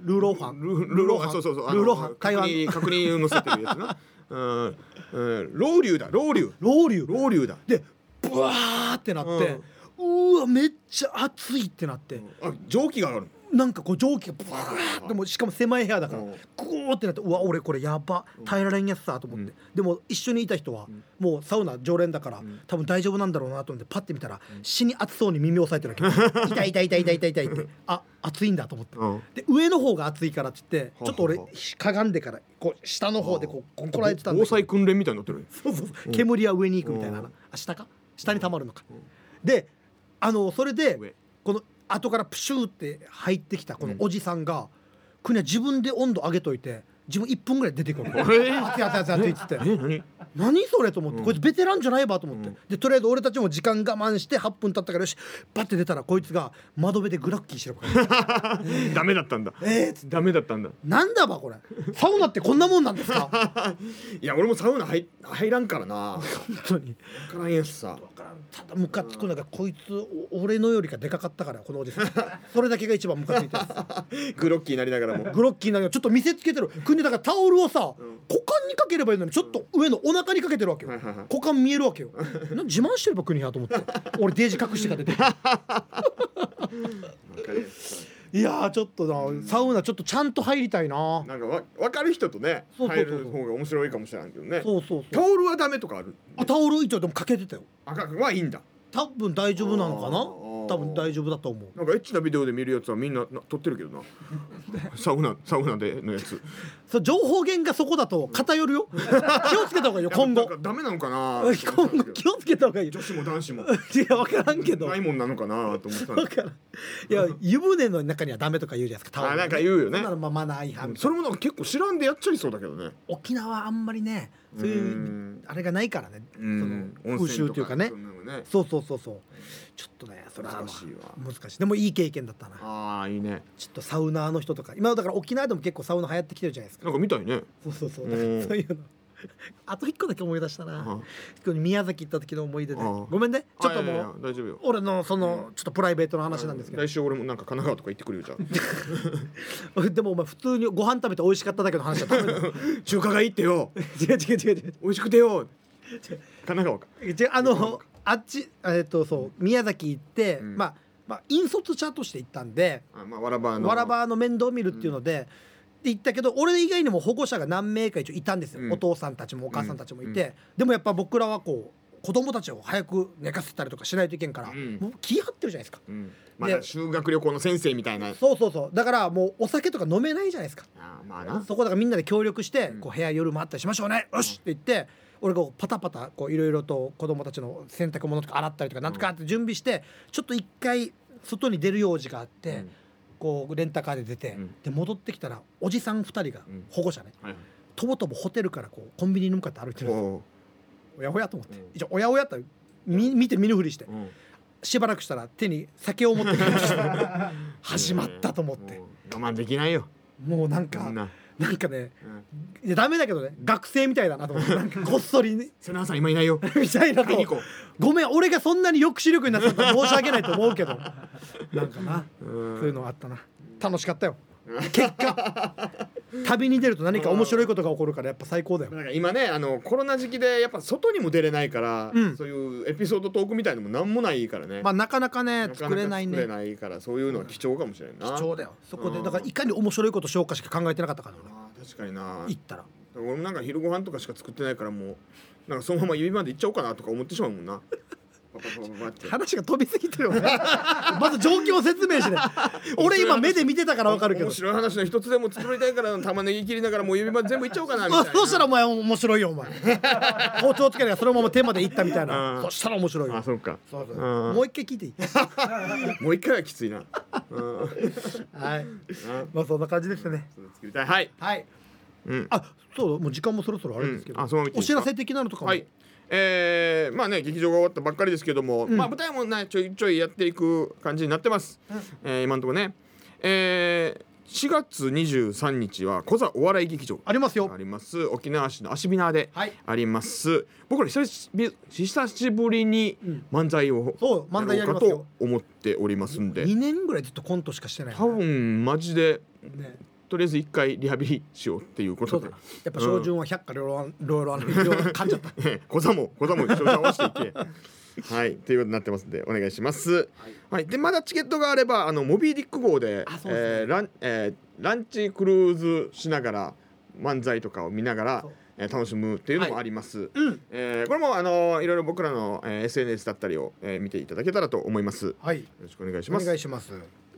A: ルーローファン
B: ルルーローハンそうそうそうあ
A: ル
B: の
A: ーローハン台湾
B: 角に角に乗せてるやつなうんうんロウリュウだロウリュウ
A: ロウリュ
B: ロウリュウだ
A: でブワーってなって、うわめっちゃ暑いってなって、
B: あ蒸気が上がる
A: なんかこう蒸気がブワーってもうしかも狭い部屋だから、
B: うん
A: グーってなってうわ俺これやば耐えられんやつだと思って、でも一緒にいた人は、もうサウナ常連だから、多分大丈夫なんだろうなと思ってパッて見たら、死に暑そうに耳を押さえてるわけ痛い痛い痛い痛い痛い痛いってあ暑いんだと思って。
B: うん
A: で上の方が暑いからって言って
B: はあ
A: ちょっと俺
B: は
A: かがんでからこう下の方でこうこうこらえてたんだ
B: 防
A: けど
B: 災訓練みたいになってるね
A: そうそうそう煙は上に行くみたいな、
B: うん
A: あ下か下に溜まるのか、
B: ん
A: であのそれで
B: 上
A: この後からプシューって入ってきたこのおじさんが、くには自分で温度上げといて自分1分ぐらい出てくるの熱い
B: え
A: 熱い熱い熱いっつって
B: え何
A: 何それと思って、
B: うん
A: こいつベテランじゃないわと思って、
B: うん
A: でとりあえず俺たちも時間我慢して8分経ったからよしパッて出たらこいつが窓辺でグラッキーしてるから
B: ダメだったんだ
A: えーっつって
B: ダメだったんだ
A: なんだばこれサウナってこんなもんなんです か本
B: いや俺もサウナ入入らんから な分
A: 当に
B: からんやつさ
A: ただムカつくのがこいつお俺のよりかでかかったからこのおじさ んそれだけが一番ムカついてる んです
B: グロッキーになりながらも
A: グロッキーなのにちょっと見せつけてる国だからタオルをさ、股間にかければいいのにちょっと上のお腹にかけてるわけよ、
B: はいはいはい
A: 股間見えるわ けよな自慢してれば国やと思って俺デージ隠してから出てる
B: 分かりやすさ
A: いやーちょっとなサウナちょっとちゃんと入りたいな
B: なんかわ分かる人とね
A: そうそうそ
B: 入
A: うそう
B: る方が面白いかもしれないけどね
A: そうそうそ
B: タ
A: う
B: オルはダメとかある
A: あタオル一応でもかけてたよ
B: 赤くはいいんだ
A: 多分大丈夫なのか
B: あ
A: な
B: ー
A: 多分大丈夫だと思う
B: なんかエッチなビデオで見るやつはみんなな撮ってるけ どなサウナサウナでのやつ
A: そう情報源がそこだと偏る よ気をつけた方がいいよ 今
B: や
A: 後
B: っぱなんかダメなのかな
A: 今後気をつけた方がいいよ
B: 女子も男子 も
A: いや分からんけど
B: ないもんなのかなと思って たんだ
A: 分からんいや湯船の中にはダメとか言うじゃないですかタオル
B: あなんか言うよね
A: そんなのまあマナー違反
B: それもなんか結構知らんでやっちゃいそうだけどね
A: 沖縄あんまりねそういう
B: うん
A: あれがないからねそ
B: うん
A: の風習というかね
B: 温泉とそんなのね
A: そうそうそうそうちょっとねそれはまあ
B: 難しいわ
A: 難しいでもいい経験だったな
B: ああいいね
A: ちょっとサウナーの人とか今だから沖縄でも結構サウナ流行ってきてるじゃないですか
B: なんか見たいね
A: そうそうそううんだからそういうの あと一個だけ思い出したな
B: あ
A: 今日宮崎行った時の思い出で
B: ああ
A: ごめんねちょっと
B: あいや
A: も
B: いやいうや大丈夫よ
A: 俺のそのちょっとプライベートの話なんですけど
B: 来週俺もなんか神奈川とか行ってくるよじゃあ
A: でもお前普通にご飯食べて美味しかっただけの話 はダメだよ
B: 中華街行ってよ
A: 違う違う違う違う
B: 美味しくてよ神奈川か
A: 違うあのあっちえっとそう宮崎行って、
B: うん
A: まあまあ引率者として行ったんで
B: あまあわらばの
A: わらばの面倒を見るっていうので、で行ったけど俺以外にも保護者が何名か一応いたんですよ、
B: うん
A: お父さんたちもお母さんたちもいて、でもやっぱ僕らはこう子供たちを早く寝かせたりとかしないといけんから、
B: うん
A: もう気張ってるじゃないですか、
B: うんまだ
A: で
B: 修学旅行の先生みたいな
A: そうそうそうだからもうお酒とか飲めないじゃないですか
B: あーまあな
A: そこだからみんなで協力して、
B: ん
A: こう部屋夜回ったりしましょうねよしって言って俺がこうパタパタこういろいろと子供たちの洗濯物とか洗ったりとかなんとかって準備してちょっと一回外に出る用事があって、
B: うん
A: こうレンタカーで出て、
B: うん
A: で戻ってきたらおじさん2人が
B: うん
A: 保護者ね、
B: はい
A: とぼとぼホテルからこうコンビニに向かって歩いてるんですよ
B: お
A: おやおやと思って、
B: うん
A: 一応おやおやと見見て見ぬふりして
B: ーうん
A: しばらくしたら手に酒を持ってきました 始まったと思って
B: もう我慢できないよ
A: もうなん
B: こ
A: か
B: んな
A: なんかね
B: うん
A: いやダメだけどね学生みたいだなと思ってなんかこっそり、 ね、
B: 瀬名さん今いないよ
A: みたいな
B: 買いに行
A: と
B: こ
A: ごめん俺がそんなに抑止力になってたら申し訳ないと思うけどなんかな
B: う
A: そういう
B: うん
A: のあったな楽しかったよ結果旅に出ると何か面白いことが起こるからやっぱ最高だよ
B: なんか今ねあのコロナ時期でやっぱ外にも出れないから、
A: うん
B: そういうエピソードトークみたいのもなんもないからね、
A: まあなかなかね
B: なかなか
A: 作れない
B: 作れ
A: ね
B: ないからそういうのは貴重かもしれんないな
A: 貴重だよそこ
B: う
A: で
B: ん
A: だからいかに面白いことしようかしか考えてなかったから俺
B: あー確かにな
A: 行ったら
B: 俺もなんか昼ご飯とかしか作ってないからもうなんかそのまま指まで行っちゃおうかなとか思ってしまうもんなパパパパパって
A: 話が飛びすぎてるよね まず状況を説 明して俺今目で見てたからわかるけど
B: 面白い話の一つでも作りたいから玉ねぎ切りながらもう指まで全部いっちゃおうかなみたい
A: あ
B: な
A: そしたらお前面白いよお 前包丁つけながらそのまま手まで行ったみたい
B: うん
A: なそしたら面白いよ
B: あそうか
A: そうそう
B: うん
A: もう一回聞いていい
B: もう一回はきついなうん
A: はいまあそんな感じですね
B: 作りたいはい
A: はい
B: うん
A: あそうだもう時間もそろそろあれですけど、
B: うんあそのまま行ってい
A: お
B: いです
A: 知
B: から
A: せ的なのとかも、
B: はいえー、まあね劇場が終わったばっかりですけども、まあ舞台もねちょいちょいやっていく感じになってます、えー今のところねえー4月23日は小座お笑い劇場
A: ありますよ
B: あります沖縄市のアシビナーで
A: はい
B: あります僕ら久しぶり久しぶりに
A: うん
B: 漫才を
A: そう漫才や
B: や
A: りま
B: ろうか
A: すよ
B: と思っておりますんで
A: 2年ぐらいずっとコントしかしてないよ
B: 多
A: ね
B: 分マジで
A: ね
B: とりあえず一回リハビリしようっていうこ
A: そうだ
B: とで
A: なやっぱ照準は百花両論噛んじゃった
B: 小座も小座も一緒に合わせて いてはいということになってますんでお願いします。はい、でまだチケットがあればあのモビーディック号で
A: あそうですね
B: えーランえーランチクルーズしながら漫才とかを見ながら
A: そう、
B: えー楽しむっていうのも
A: はい
B: あります。
A: うん
B: えーこれもあのーいろいろ僕らの、えー SNS だったりを、えー見ていただけたらと思います。よ
A: はい
B: ろしくお願いし
A: お
B: ます。
A: 願いします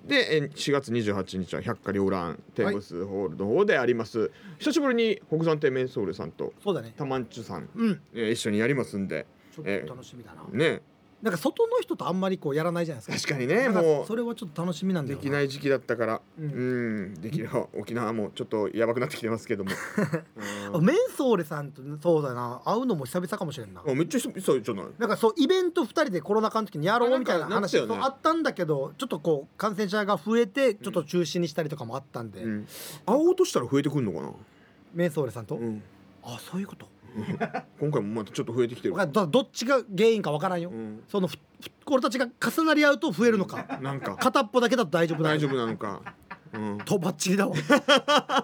B: でえー4月28日は百花繚乱テーブスホールの方であります、久しぶりに北山亭メンソールさんと
A: そうだね
B: タマンチュさん
A: うん
B: えー一緒にやりますんで
A: ちょっと楽しみだな
B: ね
A: なんか外の人とあんまりこうやらないじゃないですか
B: 確かにね
A: だから
B: も
A: それはちょっと楽しみなん
B: う
A: だ
B: で
A: よ
B: きないい時期だったからう
A: うんん、
B: できれば 沖縄もちょっとやばくなってきてますけ ども、うん
A: メンソーレさんとそうだな会うのも久々かもしれんな
B: あめっちゃ久々じゃない
A: なんかそうイベント2人でコロナ禍の時にやろ
B: あな
A: うんみ
B: か
A: たいな話
B: なったよね
A: そうあったんだけどちょっとこう感染者が増えてちょっと中止にしたりとかもあったんで、
B: うん会おうとしたら増えてくるのかな、
A: メンソーレさんと、
B: うん
A: あそういうこと
B: 今回もまたちょっと増えてきてる
A: わかんないどどっちが原因かわからんよ、
B: うん
A: そのふふ俺たちが重なり合うと増えるのか
B: なんか
A: 片っぽだけだと大丈夫だ
B: 大丈夫なのか、うん、
A: とばっちりだわ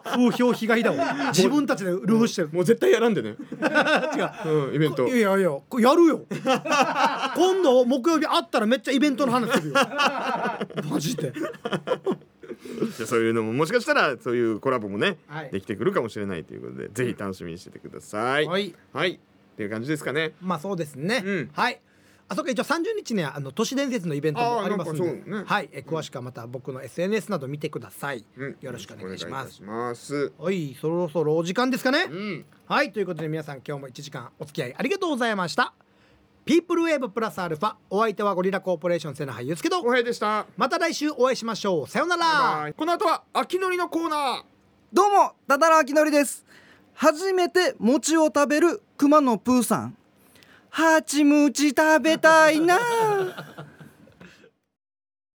A: 風評被害だ わ自分たちでルフしてる、
B: もう絶対やらんでね、
A: 違う
B: うん、イベント
A: いやいやいやこれやる よ今度木曜日会ったらめっちゃイベントの話 するよマジで
B: じゃあそういうのももしかしたらそういうコラボもね、
A: はい
B: できてくるかもしれないということでぜひ楽しみにしててください。
A: はい、
B: っていう感じですかね。
A: まあそうですね、
B: うん
A: はいあそっか一応30日にはあの都市伝説のイベント
B: あ
A: も
B: ー
A: ありますので、
B: なんかそうね
A: はいえ詳しくはまた僕の SNS など見てください、
B: うん
A: よろしくお願いし
B: お願
A: ま
B: いいた
A: す
B: します。
A: はいそろそろお時間ですかね、
B: うん。
A: はいということで皆さん今日も1時間お付き合いありがとうございましたピープルウェーブプラスアルファお相手はゴリラコーポレーション瀬名俳優すけど
B: おへでした。
A: また来週お会いしましょうさようなら
B: はいこの後は秋のりのコーナー。
C: どうもダダラあきのりです初めて餅を食べる熊野プーさんハチムチ食べたいな